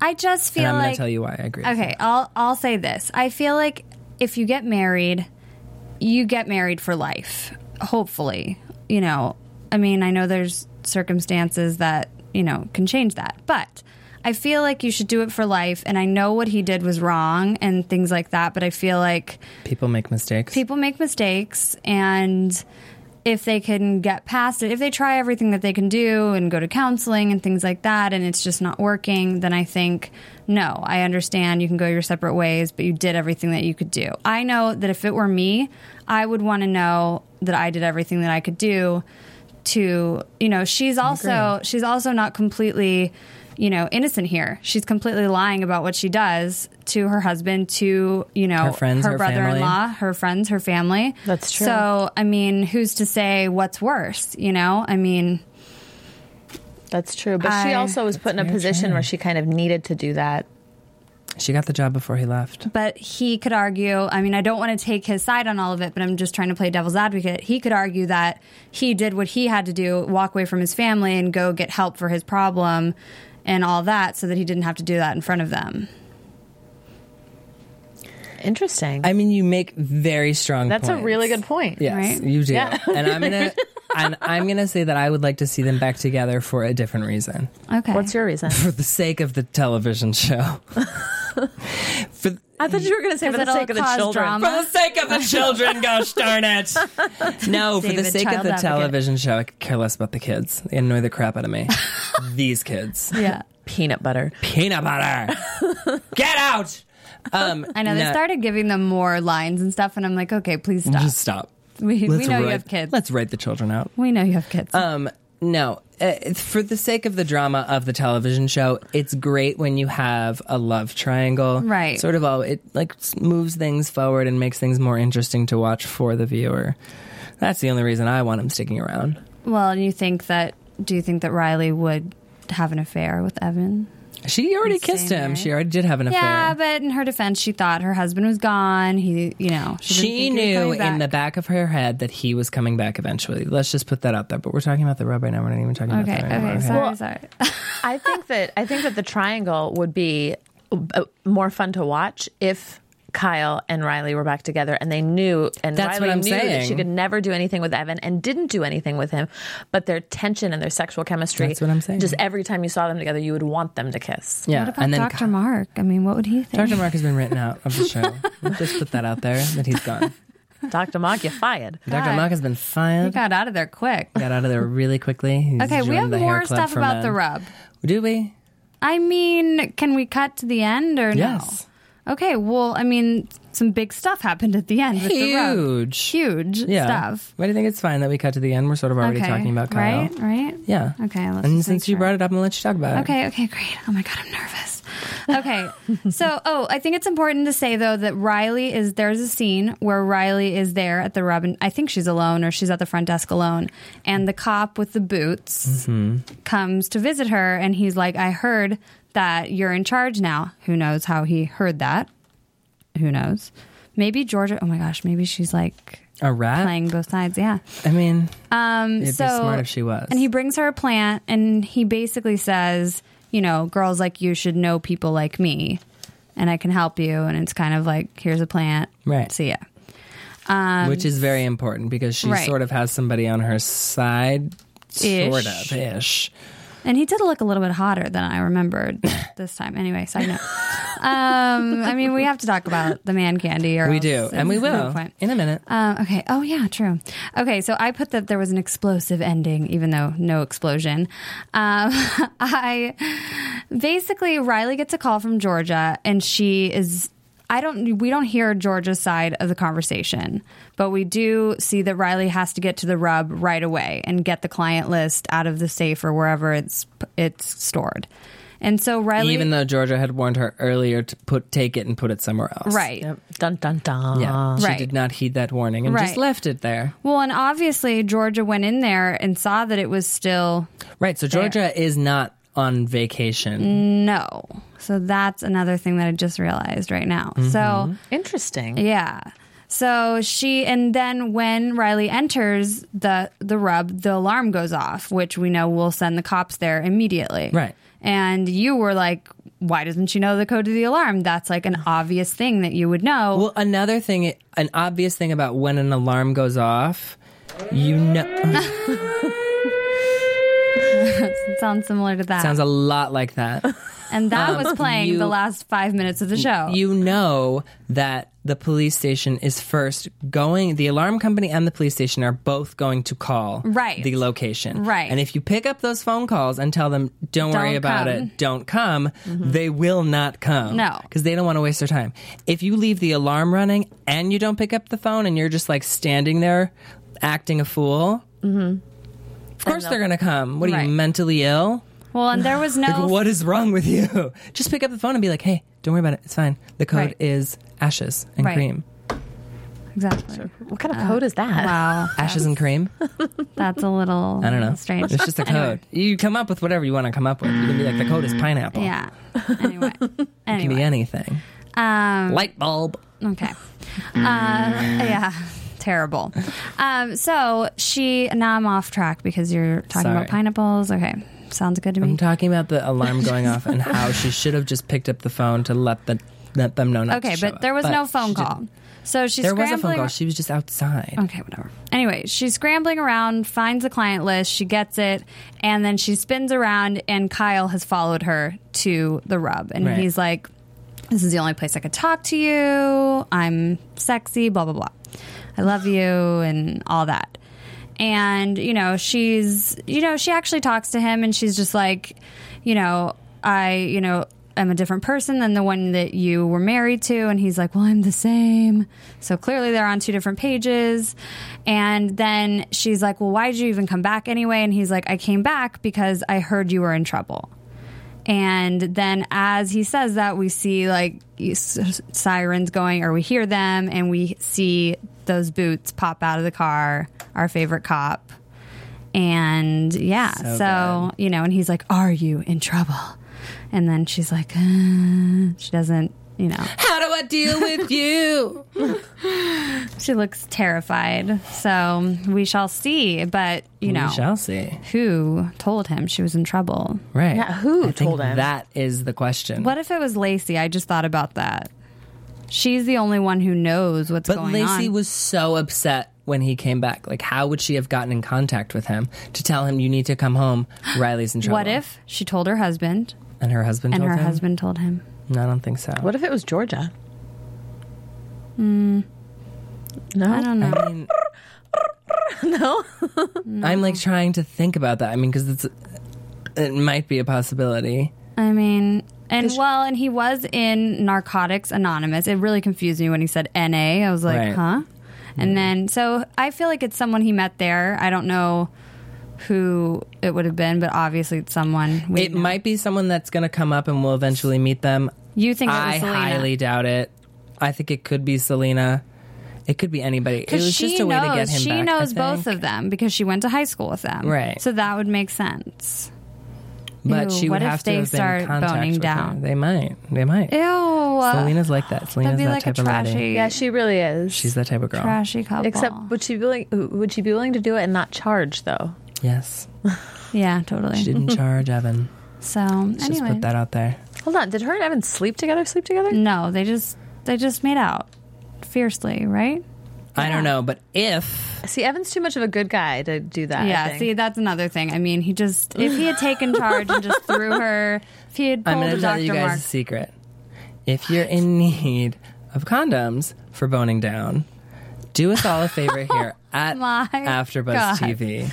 C: I just feel
B: and I'm going
C: like
B: to tell you why I agree.
C: Okay, I'll I'll say this. I feel like if you get married, you get married for life. Hopefully, you know. I mean, I know there's circumstances that you know can change that, but I feel like you should do it for life. And I know what he did was wrong and things like that. But I feel like
B: People make mistakes.
C: people make mistakes and if they can get past it if they try everything that they can do and go to counseling and things like that and it's just not working then i think no i understand you can go your separate ways but you did everything that you could do i know that if it were me i would want to know that i did everything that i could do to you know she's also she's also not completely you know innocent here she's completely lying about what she does to her husband to you know
B: Her friends, her family.
C: brother-in-law her friends, her family.
D: That's true.
C: So, I mean, who's to say what's worse? You know, I mean,
D: That's true. But
C: I-
D: she also was put in a position where she kind of needed to do that.
B: She got the job before he left.
C: but he could argue. I mean, I don't want to take his side on all of it, but I'm just trying to play devil's advocate. He could argue that he did what he had to do walk away from his family and go get help for his problem and all that so that he didn't have to do that in front of them.
D: Interesting.
B: I mean, you make very strong.
D: That's a
B: points.
D: really good point.
B: Yes,
C: right?
B: you do. And I'm gonna and I'm gonna say that I would like to see them back together for a different reason,
C: Okay.
D: What's your reason?
B: for the sake of the television show. for
D: I thought you were going to say for the
C: it'll
D: sake of the
C: cause
D: children.
C: drama.
F: For the sake of the children, gosh darn it.
B: No, for the
C: David,
B: sake of
C: child
B: the
C: advocate.
B: television show, I could care less about the kids. They annoy the crap out of me. These kids.
C: Yeah.
D: Peanut butter.
B: Peanut butter.
F: Get out.
B: Um,
C: I know they
B: no,
C: started giving them more lines and stuff, and I'm like, okay, please stop.
B: Just stop.
C: we we
B: Let's
C: know you
B: write-
C: have kids.
B: Let's write the children out.
C: we know you have kids.
B: Um, no, uh, for the sake of the drama of the television show, it's great when you have a love triangle,
C: Right.
B: Sort of all it like moves things forward and makes things more interesting to watch for the viewer. That's the only reason I want him sticking around.
C: well, and you think that? Do you think that Riley would have an affair with Evan?
B: She already
C: Insane,
B: kissed him.
C: right?
B: She already did have an
C: Yeah,
B: affair.
C: but in her defense, she thought her husband was gone. He, you know, didn't
B: she
C: think he was
B: knew
C: coming
B: in the
C: back.
B: back of her head that he was coming back eventually. Let's just put that out there. But we're talking about the rub right now. We're not even talking
C: Okay,
B: about that.
C: okay, sorry, sorry.
D: I think that I think that the triangle would be uh, more fun to watch if Kyle and Riley were back together and they knew and
B: That's
D: Riley
B: what I'm
D: knew that she
B: saying.
D: could never do anything with Evan and didn't do anything with him, but their tension and their sexual chemistry.
B: That's what I'm saying.
D: Just every time you saw them together, you would want them to kiss.
B: Yeah,
C: What about
B: and then
C: Dr. Mark? I mean, what would he think?
B: Dr. Mark has been written out of the show. We'll just put that out there that he's gone.
D: Dr. Mock, you fired.
B: Dr.
C: God.
B: Mark has been
C: He
B: fired.
C: got out of there quick.
B: got out of there really quickly. He's
C: Okay, we
B: joined
C: have
B: the hair
C: more
B: club
C: stuff
B: for
C: about
B: men.
C: the rub.
B: Do we?
C: I mean, can we cut to the end or
B: Yes.
C: no? Okay, well, I mean, some big stuff happened at the end. With the rub.
B: Huge.
C: Huge
B: Yeah.
C: stuff.
B: But I think it's fine that we cut to the end. We're sort of already
C: okay,
B: talking about Kyle.
C: Right, right?
B: Yeah.
C: Okay, let's
B: and
C: just
B: since
C: make
B: you
C: sure.
B: brought it up, I'm gonna let you talk about it.
C: Okay, okay, great. Oh my God, I'm nervous. Okay. so, oh, I think it's important to say, though, that Riley is there's a scene where Riley is there at the rub, and I think she's alone or she's at the front desk alone. And the cop with the boots comes to visit her, and he's like, I heard that you're in charge now. Who knows how he heard that? Who knows? Maybe Georgia, oh my gosh, maybe she's like
B: A rat?
C: playing both sides. Yeah.
B: I mean,
C: Um,
B: It'd be
C: so,
B: smart if she was.
C: And he brings her a plant, and he basically says, you know, girls like you should know people like me, and I can help you. And it's kind of like, here's a plant.
B: Right.
C: See ya.
B: which is very important because she
C: um, right.
B: sort of has somebody on her side,
C: Ish.
B: sort of ish.
C: And he did look a little bit hotter than I remembered this time. Anyway, side note. um, I mean, we have to talk about the man candy, or
B: We
C: else
B: do, and we
C: there's no
B: will
C: point.
B: in a minute.
C: Um, okay. Oh, yeah, true. Okay, so I put that there was an explosive ending, even though no explosion. Um, I basically Riley gets a call from Georgia, and she is. I don't. We don't hear Georgia's side of the conversation, but we do see that Riley has to get to the rub right away and get the client list out of the safe or wherever it's it's stored. And so Riley,
B: Even though Georgia had warned her earlier to put take it and put it somewhere else,
C: right,
D: Dun dun dun.
B: Yeah, she
C: Right.
B: did not heed that warning and just
C: Right.
B: left it there.
C: well, and obviously Georgia went in there and saw that it was still
B: Right. So Georgia is not on vacation.
C: Mm. No. So that's another thing that I just realized right now.
B: Mm-hmm.
C: So,
D: Interesting.
C: yeah. So she and then when Riley enters the the rub, the alarm goes off, which we know will send the cops there immediately.
B: Right.
C: And you were like, why doesn't she know the code to the alarm? That's like an obvious thing that you would know.
B: Well, another thing, an obvious thing about when an alarm goes off, you know,
C: it sounds similar to that.
B: sounds a lot like that.
C: and that was playing
B: you-
C: the last 5 minutes of the show.
B: You know that the police station is first going, the alarm company and the police station are both going to call
C: Right.
B: the location.
C: Right.
B: And if you pick up those phone calls and tell them, don't, worry
C: Don't
B: about
C: come." Mm-hmm.
B: it, don't come, they will not come.
C: No.
B: Because they don't want to waste their time. If you leave the alarm running and you don't pick up the phone and you're just like standing there acting a fool, of course they're going to come. What are
C: Mm-hmm. Right.
B: you, mentally ill?
C: well, and there was no
B: Like, what is wrong with you? Just pick up the phone and be like, hey, don't worry about it. It's fine. The code
C: Right.
B: is ashes and
C: Right.
B: cream.
C: Exactly.
D: What kind of code is that?
C: Wow.
B: Ashes and cream?
C: That's a little
B: I don't know.
C: strange.
B: It's just a code. You come up with whatever you want to come up with. You can be like, the code is pineapple.
C: Yeah. Anyway.
B: It can be
C: anyway.
B: anything.
C: Um,
B: Light bulb.
C: okay. Uh, yeah. Terrible. Um, so she. Now I'm off track because you're talking
B: Sorry.
C: about pineapples. Okay. Sounds good to
B: I'm
C: me.
B: talking about the alarm going off and how she should have just picked up the phone to let the let them know not
C: Okay,
B: to show
C: but there
B: up.
C: was no
B: she
C: phone
B: didn't.
C: call. So she's
B: There was
C: scrambling.
B: a phone call. She was just outside.
C: Okay, whatever. Anyway, she's scrambling around, finds the client list, she gets it, and then she spins around, and Kyle has followed her to the rub. And
B: Right.
C: he's like, This is the only place I could talk to you. I'm sexy, blah, blah, blah. I love you, and all that. And, you know, she's, you know, she actually talks to him and she's just like, you know, I, you know, am a different person than the one that you were married to. And he's like, well, I'm the same. So clearly they're on two different pages. And then she's like, well, why did you even come back anyway? And he's like, I came back because I heard you were in trouble. And then as he says that, we see like s- sirens going, or we hear them, and we see those boots pop out of the car, our favorite cop. And yeah, so,
B: good.
C: you know, and he's like, Are you in trouble? And then she's like, uh, She doesn't, you know,
G: How do I deal with you?
C: she looks terrified. So we shall see. But, you know,
B: We shall see.
C: who told him she was in trouble?
B: Right.
D: Yeah, who
B: I think
D: told him?
B: That is the question.
C: What if it was Lacey? I just thought about that. She's the only one who knows what's
B: But
C: going
B: Lacey
C: on.
B: was so upset when he came back. Like, how would she have gotten in contact with him to tell him you need to come home? Riley's in trouble.
C: what if she told her husband
B: And her husband.
C: and
B: told
C: her
B: him?
C: husband told him?
B: No, I don't think so.
D: What if it was Georgia? Hmm.
C: I
D: No.
C: don't know.
B: I mean,
D: No.
B: I'm like trying to think about that. I mean, because it's it might be a possibility.
C: I mean, and well, and he was in Narcotics Anonymous. It really confused me when he said NA. I was like,
B: Right. Mm.
C: huh? And then, so I feel like it's someone he met there. I don't know who it would have been, but obviously it's someone. We
B: It
C: know.
B: might be someone that's going to come up and we'll eventually meet them.
C: You think it was
B: I
C: Selena.
B: highly doubt it. I think it could be Selena. It could be anybody. It was
C: she
B: just a way
C: knows,
B: to get him
C: she
B: back. I
C: knows
B: think.
C: both of them because she went to high school with them.
B: Right.
C: So that would make sense.
B: But
C: Ew,
B: she would
C: what if
B: have
C: they
B: to have been
C: start
B: in contact
C: boning
B: with
C: down?
B: Her. They might. They might.
C: Ew.
B: Selena's like that. Selena's
C: Uh, That'd be
B: that
C: like a
B: type of lady.
C: trashy,
D: Yeah, she really is.
B: She's that type of girl.
C: trashy couple.
D: Except would she be willing, would she be willing to do it and not charge though?
B: Yes.
C: yeah,
B: She
C: totally.
B: didn't charge Evan.
C: So
B: Let's Just
C: anyway,
B: put that out there.
D: Hold on, did her and Evan sleep together? Sleep together?
C: no, they just they just made out fiercely, right?
B: I don't know, but if
D: See, Evan's too much of a good guy to do that. I
C: yeah.
D: think.
C: See, that's another thing. I mean, he just if he had taken charge and just threw her, if he had
B: I'm
C: pulled
B: going
C: a
B: to tell you
C: Dr.
B: guys
C: Mark.
B: a secret, if you're in need of condoms for boning down, do us all a favor here at
C: My
B: AfterBuzz
C: God.
B: TV.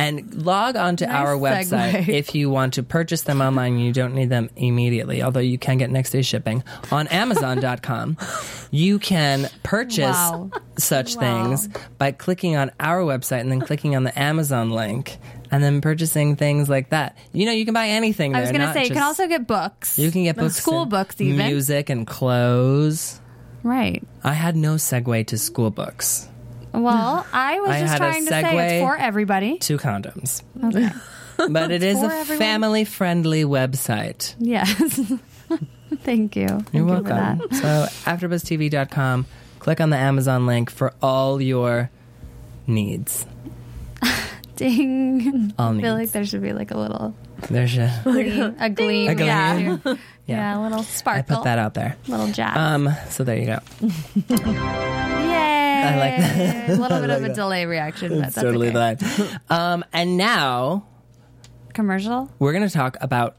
B: And log on to our
C: Nice
B: website
C: segue.
B: if you want to purchase them online and you don't need them immediately, although you can get next day shipping. On Amazon.com, you can purchase
C: Wow.
B: such
C: Wow.
B: things by clicking on our website and then clicking on the Amazon link and then purchasing things like that. You know, you can buy anything
C: I was
B: going to
C: say you can also get books.
B: you can get
C: And
B: books,
C: school
B: and
C: books, even
B: music and clothes.
C: right.
B: I had no segue to school books,
C: Well, I was
B: I
C: just
B: had a
C: trying to say
B: segue.
C: it's for everybody.
B: two condoms. but it is
C: for
B: a
C: everyone.
B: family-friendly website.
C: Yes. Thank you. Thank
B: You're
C: you for that.
B: welcome. So AfterBuzzTV.com, click on the Amazon link for all your needs.
C: Ding.
B: All
C: I feel
B: needs.
C: like there should be like a little
B: There's your,
C: gleam, a gleam.
B: A gleam.
C: Yeah. yeah.
B: Yeah.
C: a little
B: I
C: sparkle.
B: put that out there.
C: Little jab.
B: Um, so there you go.
C: Yay. I
B: like
C: that. A little bit of a delay reaction, but that's
B: totally
C: okay.
B: that. Um, and now
C: Commercial?
B: we're going to talk about.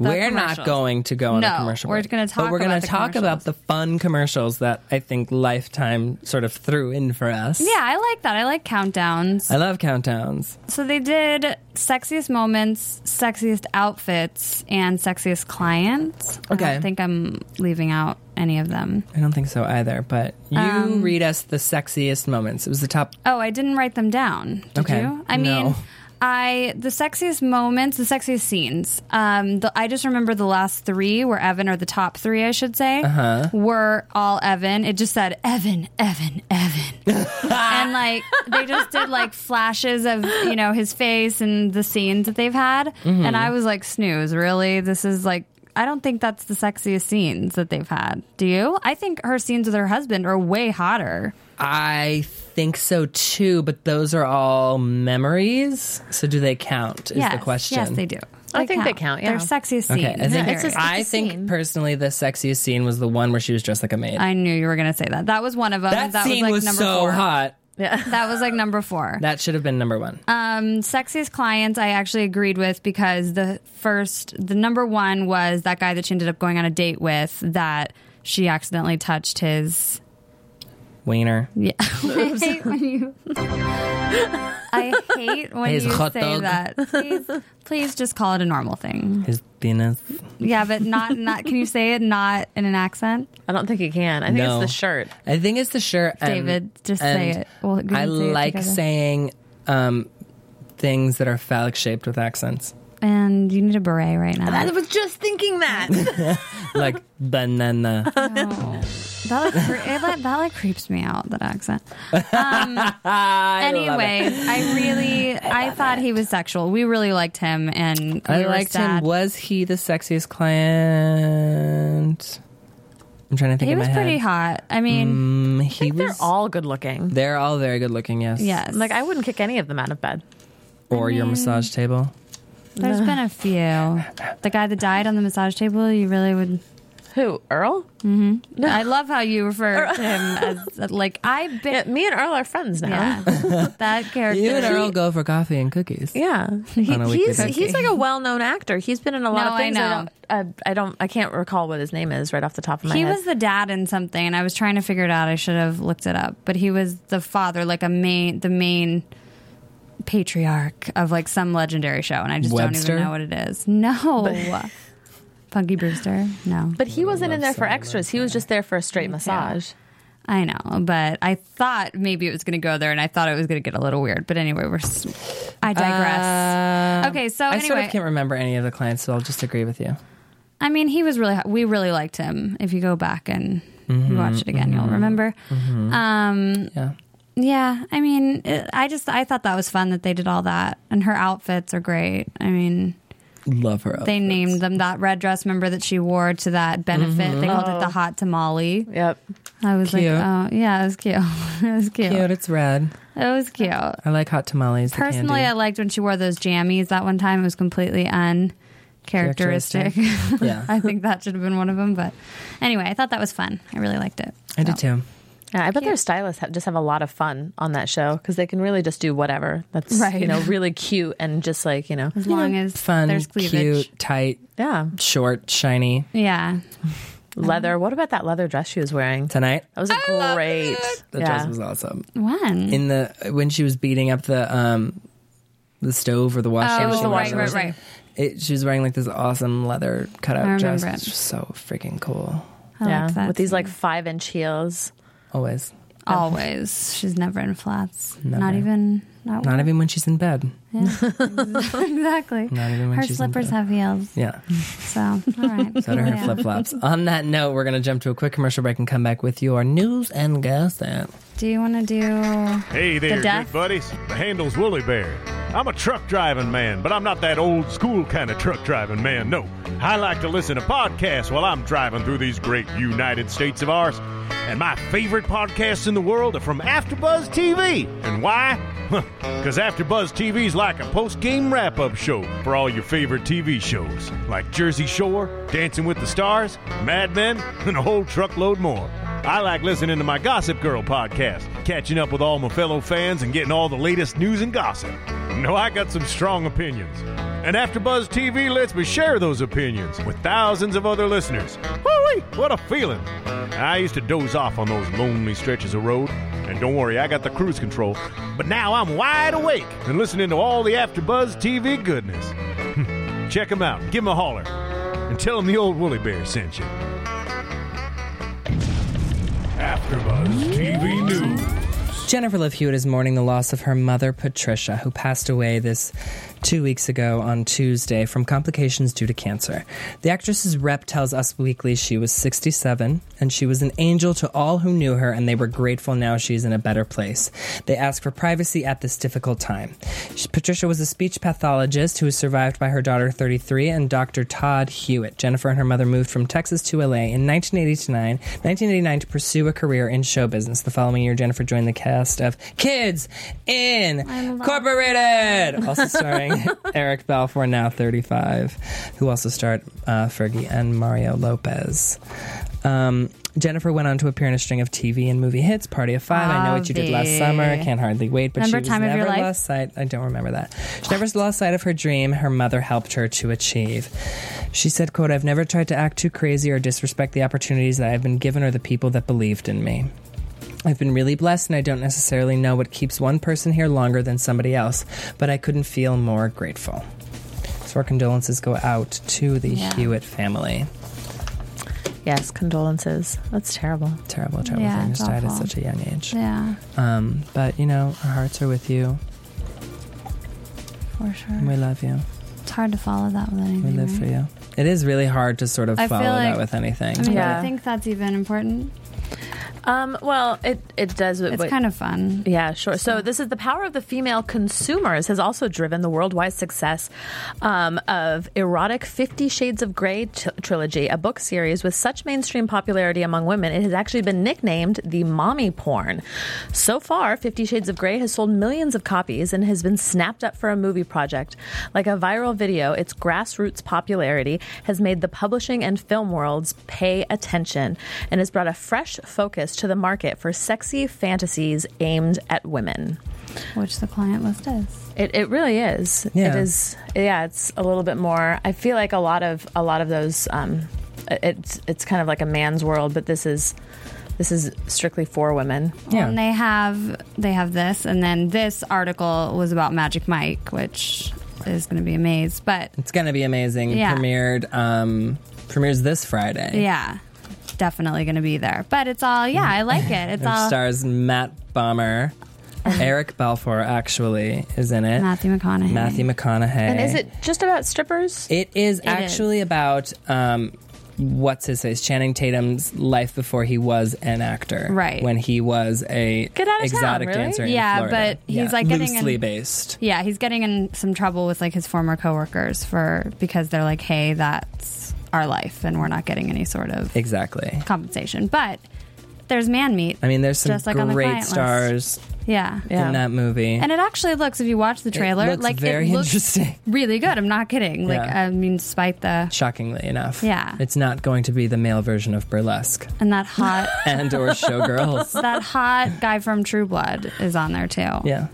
B: we're not
C: commercials.
B: going to go on a
C: No,
B: commercial.
C: we're
B: break,
C: gonna
B: but
C: talk
B: we're gonna
C: about the
B: talk about
C: commercials.
B: the fun commercials that I think Lifetime sort of threw in for us.
C: Yeah, I like that. I like countdowns.
B: I love countdowns.
C: So they did sexiest moments, sexiest outfits, and sexiest clients. I
B: Okay.
C: don't think I'm leaving out any of them.
B: I don't think so either, but you
C: Um,
B: read us the sexiest moments. It was the top.
C: Oh, I didn't write them down. Did
B: Okay.
C: you? I
B: No.
C: mean, I the sexiest moments, the sexiest scenes. Um, the, I just remember the last three were Evan, or the top three, I should say,
B: Uh-huh.
C: were all Evan. It just said Evan, Evan, Evan, and like they just did like flashes of you know his face and the scenes that they've had,
B: Mm-hmm.
C: and I was like, snooze, really? This is like. I don't think that's the sexiest scenes that they've had. Do you? I think her scenes with her husband are way hotter.
B: I think so too, but those are all memories. So do they count? Is the question.
C: Yes, they do.
D: I think they count, yeah.
C: They're sexiest scenes.
B: Okay, I think,
D: it's a-
B: I
D: it's a
B: think
D: scene.
B: personally the sexiest scene was the one where she was dressed like a maid.
C: I knew you were going to say Um, that. That was one of them.
B: that, scene
C: was, like,
B: was
C: number
B: so
C: four.
B: hot.
D: Yeah.
C: That was like number four.
B: That should have been number one.
C: Um, sexiest clients I actually agreed with because the first, the number one was that guy that she ended up going on a date with that she accidentally touched his.
B: Wiener.
C: Yeah. I hate when you. I hate when
B: His
C: you
B: hot
C: say
B: dog.
C: that. Please, please just call it a normal thing.
B: His penis.
C: Yeah, but not not. Can you say it not in an accent?
D: I don't think you can. I think
B: No.
D: it's the shirt.
B: I think it's the shirt. and-
C: David, just say
B: and
C: it. We'll agree
B: I
C: and say it
B: like
C: together.
B: saying um, things that are phallic shaped with accents,
C: And you need a beret right now.
D: I was just thinking that.
B: like banana.
C: That like, cre- it, like, that like creeps me out. That accent. Um, anyway, I really I, thought he was sexual. We really liked him, and
B: I
C: we were
B: liked
C: sad.
B: him. Was he the sexiest client? I'm trying to think.
C: He
B: in
C: was
B: my
C: pretty
B: head.
C: hot. I mean,
B: Mm, he
D: They're
B: was.
D: all good looking.
B: they're all very good looking. Yes.
C: yes.
D: Like I wouldn't kick any of them out of bed.
B: Or your massage table.
C: there's been a few. The guy that died on the massage table. You really would.
D: Who? Earl?
C: I love how you refer to him as like I
D: Yeah,
C: bit.
D: me and Earl are friends now.
C: Yeah, that character.
B: You and Earl go for coffee and cookies.
D: Yeah, he,
B: On a weekly
D: he's
B: basis.
D: he's like a well-known actor. He's been in a lot
C: No,
D: of
C: I
D: things.
C: know.
D: don't, I, I don't. I can't recall what his name is right off the top of my
C: He
D: head.
C: was the dad in something, and I was trying to figure it out. I should have looked it up, but he was the father, like a main, the main patriarch of like some legendary show, and I just
B: Webster?
C: don't even know what it is. No, Punky Brewster. No,
D: but he wasn't in there for extras. He was just there for a straight massage.
C: I know, but I thought maybe it was going to go there, and I thought it was going to get a little weird. But anyway, we're. s- I digress.
B: Uh,
C: okay, so
B: I
C: anyway,
B: sort of can't remember any of the clients, so I'll just agree with you.
C: I mean, he was really. We really liked him. If you go back and
B: Mm-hmm,
C: you watch it again, you'll remember. Um,
B: Yeah.
C: Yeah, I mean, it, I just I thought that was fun that they did all that, and her outfits are great. I mean,
B: Love her.
C: they named them that red dress member that she wore to that benefit. They called it the hot tamale.
D: Yep.
C: I was
B: Mm-hmm. Oh. Cute.
C: like, oh yeah, it was cute. it was cute.
B: Cute.
C: It
B: It's red.
C: was cute.
B: I like hot tamales. the
C: Personally, I
B: candy.
C: liked when she wore those jammies that one time. It was completely uncharacteristic.
B: Yeah.
C: I think that should have been one of them, but anyway, I thought that was fun. I really liked it.
B: I did
C: So.
B: too.
D: Yeah, I bet their stylists have, just have a lot of fun on that show because they can really just do whatever. That's
C: Right.
D: you know really cute and just like you know
C: As long as
B: Fun,
C: there's cleavage.
B: cute, tight,
D: yeah
B: short, shiny.
C: Yeah.
D: leather. What about that leather dress she was wearing? That
B: Tonight,
D: was a great.
B: the
D: yeah.
B: dress was awesome.
C: When?
B: In the when she was beating up the um the stove or the washing
C: Oh,
B: machine,
C: right,
B: washing
C: right,
B: machine,
C: right.
B: It, she was wearing like this awesome leather
C: I
B: cutout dress.
C: remember
B: It's
C: it.
B: just so freaking cool.
C: I
D: yeah,
C: liked that
D: with these
C: too.
D: like five inch heels.
B: Always,
C: Always. She's never in flats. Not
B: Never.
C: even. Not,
B: not even when she's in bed.
C: exactly.
B: Not even when
C: Her
B: she's in
C: slippers
B: bed.
C: have heels.
B: Yeah,
C: So, all right.
B: that are her
C: Yeah.
B: flip flops. On that note, we're gonna jump to a quick commercial break and come back with your news and gossip.
C: Do you want to do.
H: Hey there,
C: death?
H: good buddies. The handle's Woolly Bear. I'm a truck driving man, but I'm not that old school kind of truck driving man. No, I like to listen to podcasts while I'm driving through these great United States of ours. And my favorite podcasts in the world are from AfterBuzz TV. And why? Because AfterBuzz TV is like a post-game wrap-up show for all your favorite TV shows, like Jersey Shore, Dancing with the Stars, Mad Men, and a whole truckload more. I like listening to my Gossip Girl podcast, catching up with all my fellow fans and getting all the latest news and gossip. No, I got some strong opinions. And AfterBuzz TV lets me share those opinions with thousands of other listeners. Woo-wee, what a feeling! I used to doze off on those lonely stretches of road, and don't worry, I got the cruise control. But now I'm wide awake and listening to all the AfterBuzz TV goodness. Hmm. Check them out, give them a holler, and tell them the old woolly bear sent you. AfterBuzz TV News.
B: Jennifer Love Hewitt is mourning the loss of her mother, Patricia, who passed away this two weeks ago on Tuesday from complications due to cancer. The actress's rep tells Us Weekly she was 67 and she was an angel to all who knew her, and they were grateful now she's in a better place. They ask for privacy at this difficult time. She- Patricia was a speech pathologist who was survived by her daughter, 33, and Dr. Todd Hewitt. Jennifer and her mother moved from Texas to LA in 1989, 1989 to pursue a career in show business. The following year, Jennifer joined the cast of Kids Incorporated, also starring Eric Balfour, now 35, who also starred uh, Fergie and Mario Lopez. Um, Jennifer went on to appear in a string of TV and movie hits, Party of Five, I Know What You Did Last
D: Avi.
B: Summer, Can't Hardly Wait, but
C: Remember
B: she was
C: Time of
B: never
C: Your Life?
B: lost sight. I don't remember that. She never lost sight of her dream her mother helped her to achieve. She said, quote, I've never tried to act too crazy or disrespect the opportunities that I've been given or the people that believed in me. I've been really blessed, and I don't necessarily know what keeps one person here longer than somebody else, but I couldn't feel more grateful. So our condolences go out to the
D: Yeah.
B: Hewitt family.
D: Yes, condolences. That's terrible.
B: Terrible, terrible
C: Yeah,
B: thing.
C: it's
B: Just died at
C: awful.
B: such a young age.
C: Yeah,
B: Um, but you know, our hearts are with you.
C: for sure.
B: and We love you.
C: It's hard to follow that with
B: We
C: anything.
B: live for
C: right?
B: you. It is really hard to sort of
C: I feel
B: follow that
C: like-
B: with anything.
C: I mean, do
D: Yeah.
C: you think that's even important?
D: Um, well, it it does.
C: It's kind of fun.
D: Yeah, sure. So this is the power of the female consumers has also driven the worldwide success um, of erotic Fifty Shades of Grey t- trilogy, a book series with such mainstream popularity among women. It has actually been nicknamed the mommy porn. So far, Fifty Shades of Grey has sold millions of copies and has been snapped up for a movie project. Like a viral video, its grassroots popularity has made the publishing and film worlds pay attention and has brought a fresh focus to the market for sexy fantasies aimed at women.
C: Which the client list is.
D: It, it really is.
B: Yeah.
D: It is. Yeah, it's a little bit more. I feel like a lot of a lot of those. Um, it's it's kind of like a man's world, but this is this is strictly for women.
B: Yeah.
C: And they have they have this, and then this article was about Magic Mike, which is going to be a maze. But
B: It's gonna be amazing.
C: Yeah.
B: Premiered um premieres this Friday.
C: yeah, definitely going to be there. But it's all yeah, I like it. It's
B: It
C: all
B: stars Matt Bomber. Eric Balfour actually is in it.
C: Matthew McConaughey.
B: Matthew McConaughey.
D: And is it just about strippers?
B: It is actually about um, what's his face, Channing Tatum's life before he was an actor,
C: Right.
B: When he was a
D: Get out of town,
B: exotic
D: really?
B: dancer. in
C: Yeah,
B: Florida.
C: but he's, like, getting
B: loosely
C: an-
B: based.
C: Yeah, he's getting in some trouble with like his former coworkers for because they're like, "Hey, that's our life, and we're not getting any sort of
B: Exactly.
C: compensation." But there's man meat.
B: I mean, there's some
C: Just like on the
B: great
C: client list.
B: stars
C: yeah,
D: Yeah.
B: in that movie.
C: and it actually looks if you watch the trailer,
B: looks
C: like
B: very
C: it looks
B: interesting.
C: really good. I'm not kidding. Like
B: Yeah.
C: I mean, despite the
B: Shockingly enough,
C: Yeah.
B: it's not going to be the male version of burlesque
C: and that hot
B: and or showgirls.
C: that hot guy from True Blood is on there too.
B: yeah,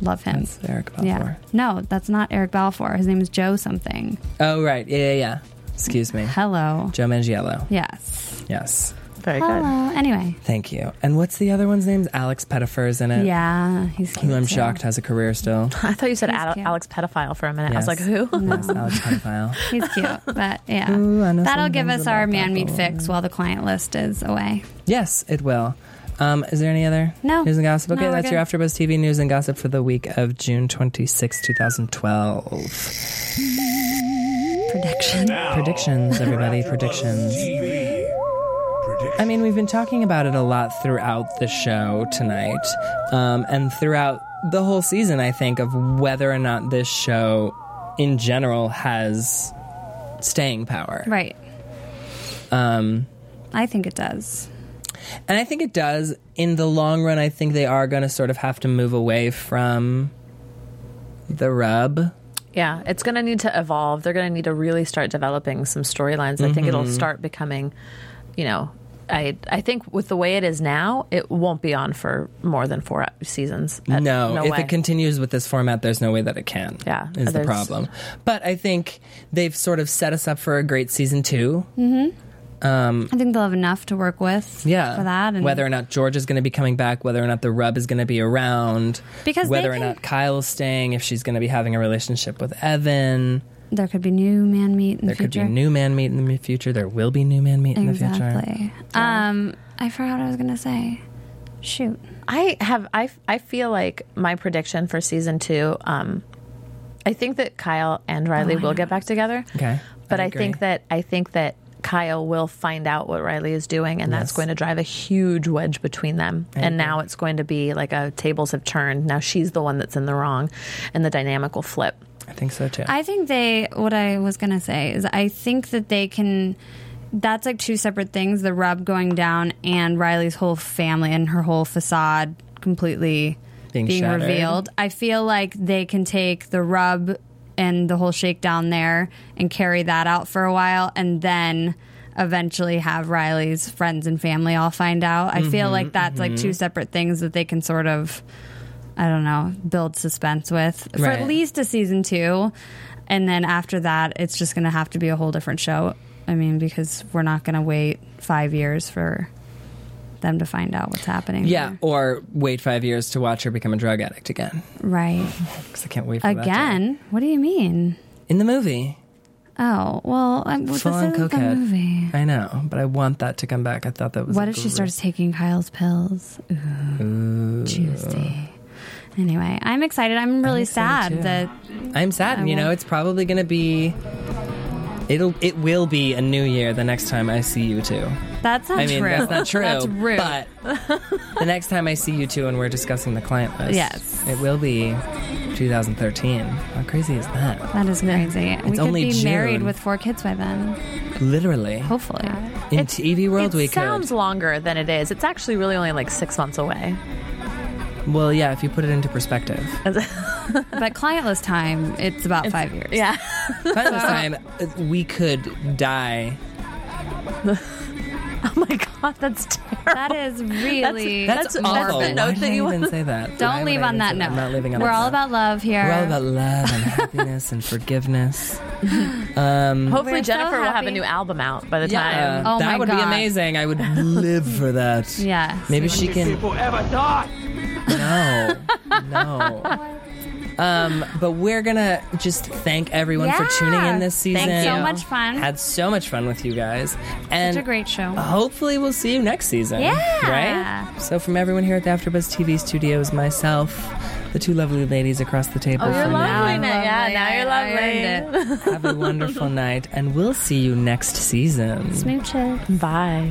C: love him.
B: it's Eric Balfour.
C: yeah, no, that's not Eric Balfour. His name is Joe something.
B: Oh right, yeah, yeah, yeah. Excuse me,
C: Hello.
B: Joe Mangiello.
C: Yes.
B: Yes.
D: Very
C: Hello. Anyway.
B: Thank you. And what's the other one's name? Alex Pettifer is in it.
C: Yeah, he's cute
B: Uh, Who I'm
C: too.
B: shocked has a career still.
D: I thought you said
C: He's
D: Al-
C: cute.
D: Alex pedophile for a minute. I
B: Yes.
D: was like, who?
B: Yes, Alex Pedophile.
C: He's cute, but yeah,
B: Ooh, I know
C: that'll
B: some
C: give
B: things
C: us our
B: about
C: man
B: that
C: meat
B: one.
C: fix while the client list is away.
B: yes, it will. Um, is there any other
C: No.
B: news and gossip? Okay,
C: No, we're
B: that's your
C: good.
B: AfterBuzz TV news and gossip for the week of June 26, 2012.
C: Prediction.
B: Predictions, everybody, predictions. I mean, we've been talking about it a lot throughout the show tonight, um, and throughout the whole season, I think, of whether or not this show in general has staying power.
C: Right.
B: Um,
C: I think it does.
B: and I think it does. In the long run, I think they are going to sort of have to move away from the rub.
D: Yeah, it's going to need to evolve. They're going to need to really start developing some storylines. I think
B: Mm-hmm.
D: it'll start becoming, you know, I I think with the way it is now, it won't be on for more than four seasons. Uh,
B: no, if
D: way.
B: it continues with this format, there's no way that it can.
D: Yeah,
B: is the
D: there's-
B: problem. But I think they've sort of set us up for a great season two.
C: Mm, I think they'll have enough to work with.
B: Yeah,
C: For that, and
B: whether or not George is going to be coming back, whether or not the rub is going to be around,
C: Because they
B: whether or
C: can-
B: not Kyle's staying, if she's going to be having a relationship with Evan,
C: there could be new man meat in
B: there
C: the future.
B: could be new man meet in the future. There will be new man meet in the future.
C: exactly. Um, I forgot what I was gonna say. Shoot.
D: I have I I feel like my prediction for season two. Um, I think that Kyle and
C: Oh,
D: Riley will get back together.
B: Okay,
D: but I,
B: agree.
D: think that I think that Kyle will find out what Riley is doing, and that's
B: Yes.
D: going to drive a huge wedge between them. and now it's going to be like a tables have turned. Now she's the one that's in the wrong, and the dynamic will flip.
B: I think so too.
C: I think they. What I was gonna say is, I think that they can. That's like two separate things: the rub going down and Riley's whole family and her whole facade completely
B: Being
C: being
B: shattered.
C: revealed. I feel like they can take the rub and the whole shakedown there and carry that out for a while, and then eventually have Riley's friends and family all find out. I feel
B: Mm-hmm,
C: like that's like two separate things that they can sort of, I don't know, build suspense with for
B: Right.
C: at least a season two. And then after that, it's just going to have to be a whole different show. I mean, because we're not going to wait five years for them to find out what's happening.
B: Yeah,
C: there.
B: or wait five years to watch her become a drug addict again.
C: Right.
B: 'Cause I can't wait for that to-
C: Again? What do you mean?
B: in the movie.
C: Oh, well, I'm, well this
B: Full on
C: isn't the
B: cokehead.
C: movie.
B: I know, but I want that to come back. I thought that was.
C: What
B: a
C: if she
B: great-
C: starts taking Kyle's pills? Ooh, juicy. Anyway, I'm excited. I'm really sad
B: excited too.
C: that
B: I'm sad.
C: I
B: you know,
C: won't.
B: it's probably going to be. It'll. It will be a new year the next time I see you two.
C: that's not
B: I mean,
C: true.
B: that's not true.
C: That's rude.
B: But the next time I see you two and we're discussing the client list,
C: Yes.
B: it will be 2013. How crazy is that?
C: that is crazy. we could
B: only
C: be married
B: June.
C: with four kids by then,
B: Literally,
C: hopefully.
B: in TV world, we
D: It sounds
B: could.
D: longer than it is. It's actually really only like six months away.
B: Well, yeah, if you put it into perspective.
C: But clientless time, it's about five years.
D: Yeah.
B: By this time, uh, we could die.
D: Oh my god, that's terrible.
C: That is really.
B: That's,
D: That's- that's
B: awful.
D: the
B: Why
D: note
B: did
D: that
B: I
D: you-
B: even say that? Why
C: don't
B: would
C: leave
B: I
C: on
B: even
C: that
B: say
C: note.
B: I'm not leaving on
C: We're
B: that
C: all
B: note.
C: about love here.
B: We're all about love and happiness and forgiveness.
D: Hopefully
C: We're so
D: Jennifer will have a
C: happy.
D: new album out by the
B: Yeah,
D: time.
C: Oh
B: Uh, that
C: my
B: would be
C: God.
B: amazing. I would live for that.
C: Yes.
B: Maybe she can.
I: People ever thought?
B: No, no. Um, but we're gonna just thank everyone for
C: Yeah.
B: tuning in this season.
C: Thank you. So much fun.
B: Had so much fun with you guys, and
C: Such a great show.
B: hopefully we'll see you next season.
C: Yeah.
B: Right? So from everyone here at the AfterBuzz TV studios, myself, the two lovely ladies across the table
C: Oh,
D: You're
B: from
D: lovely.
B: me,
D: now. Yeah, now you're
C: I- I
D: lovely.
C: earned it.
B: have a wonderful night, and we'll see you next season.
C: Smooches.
D: Bye.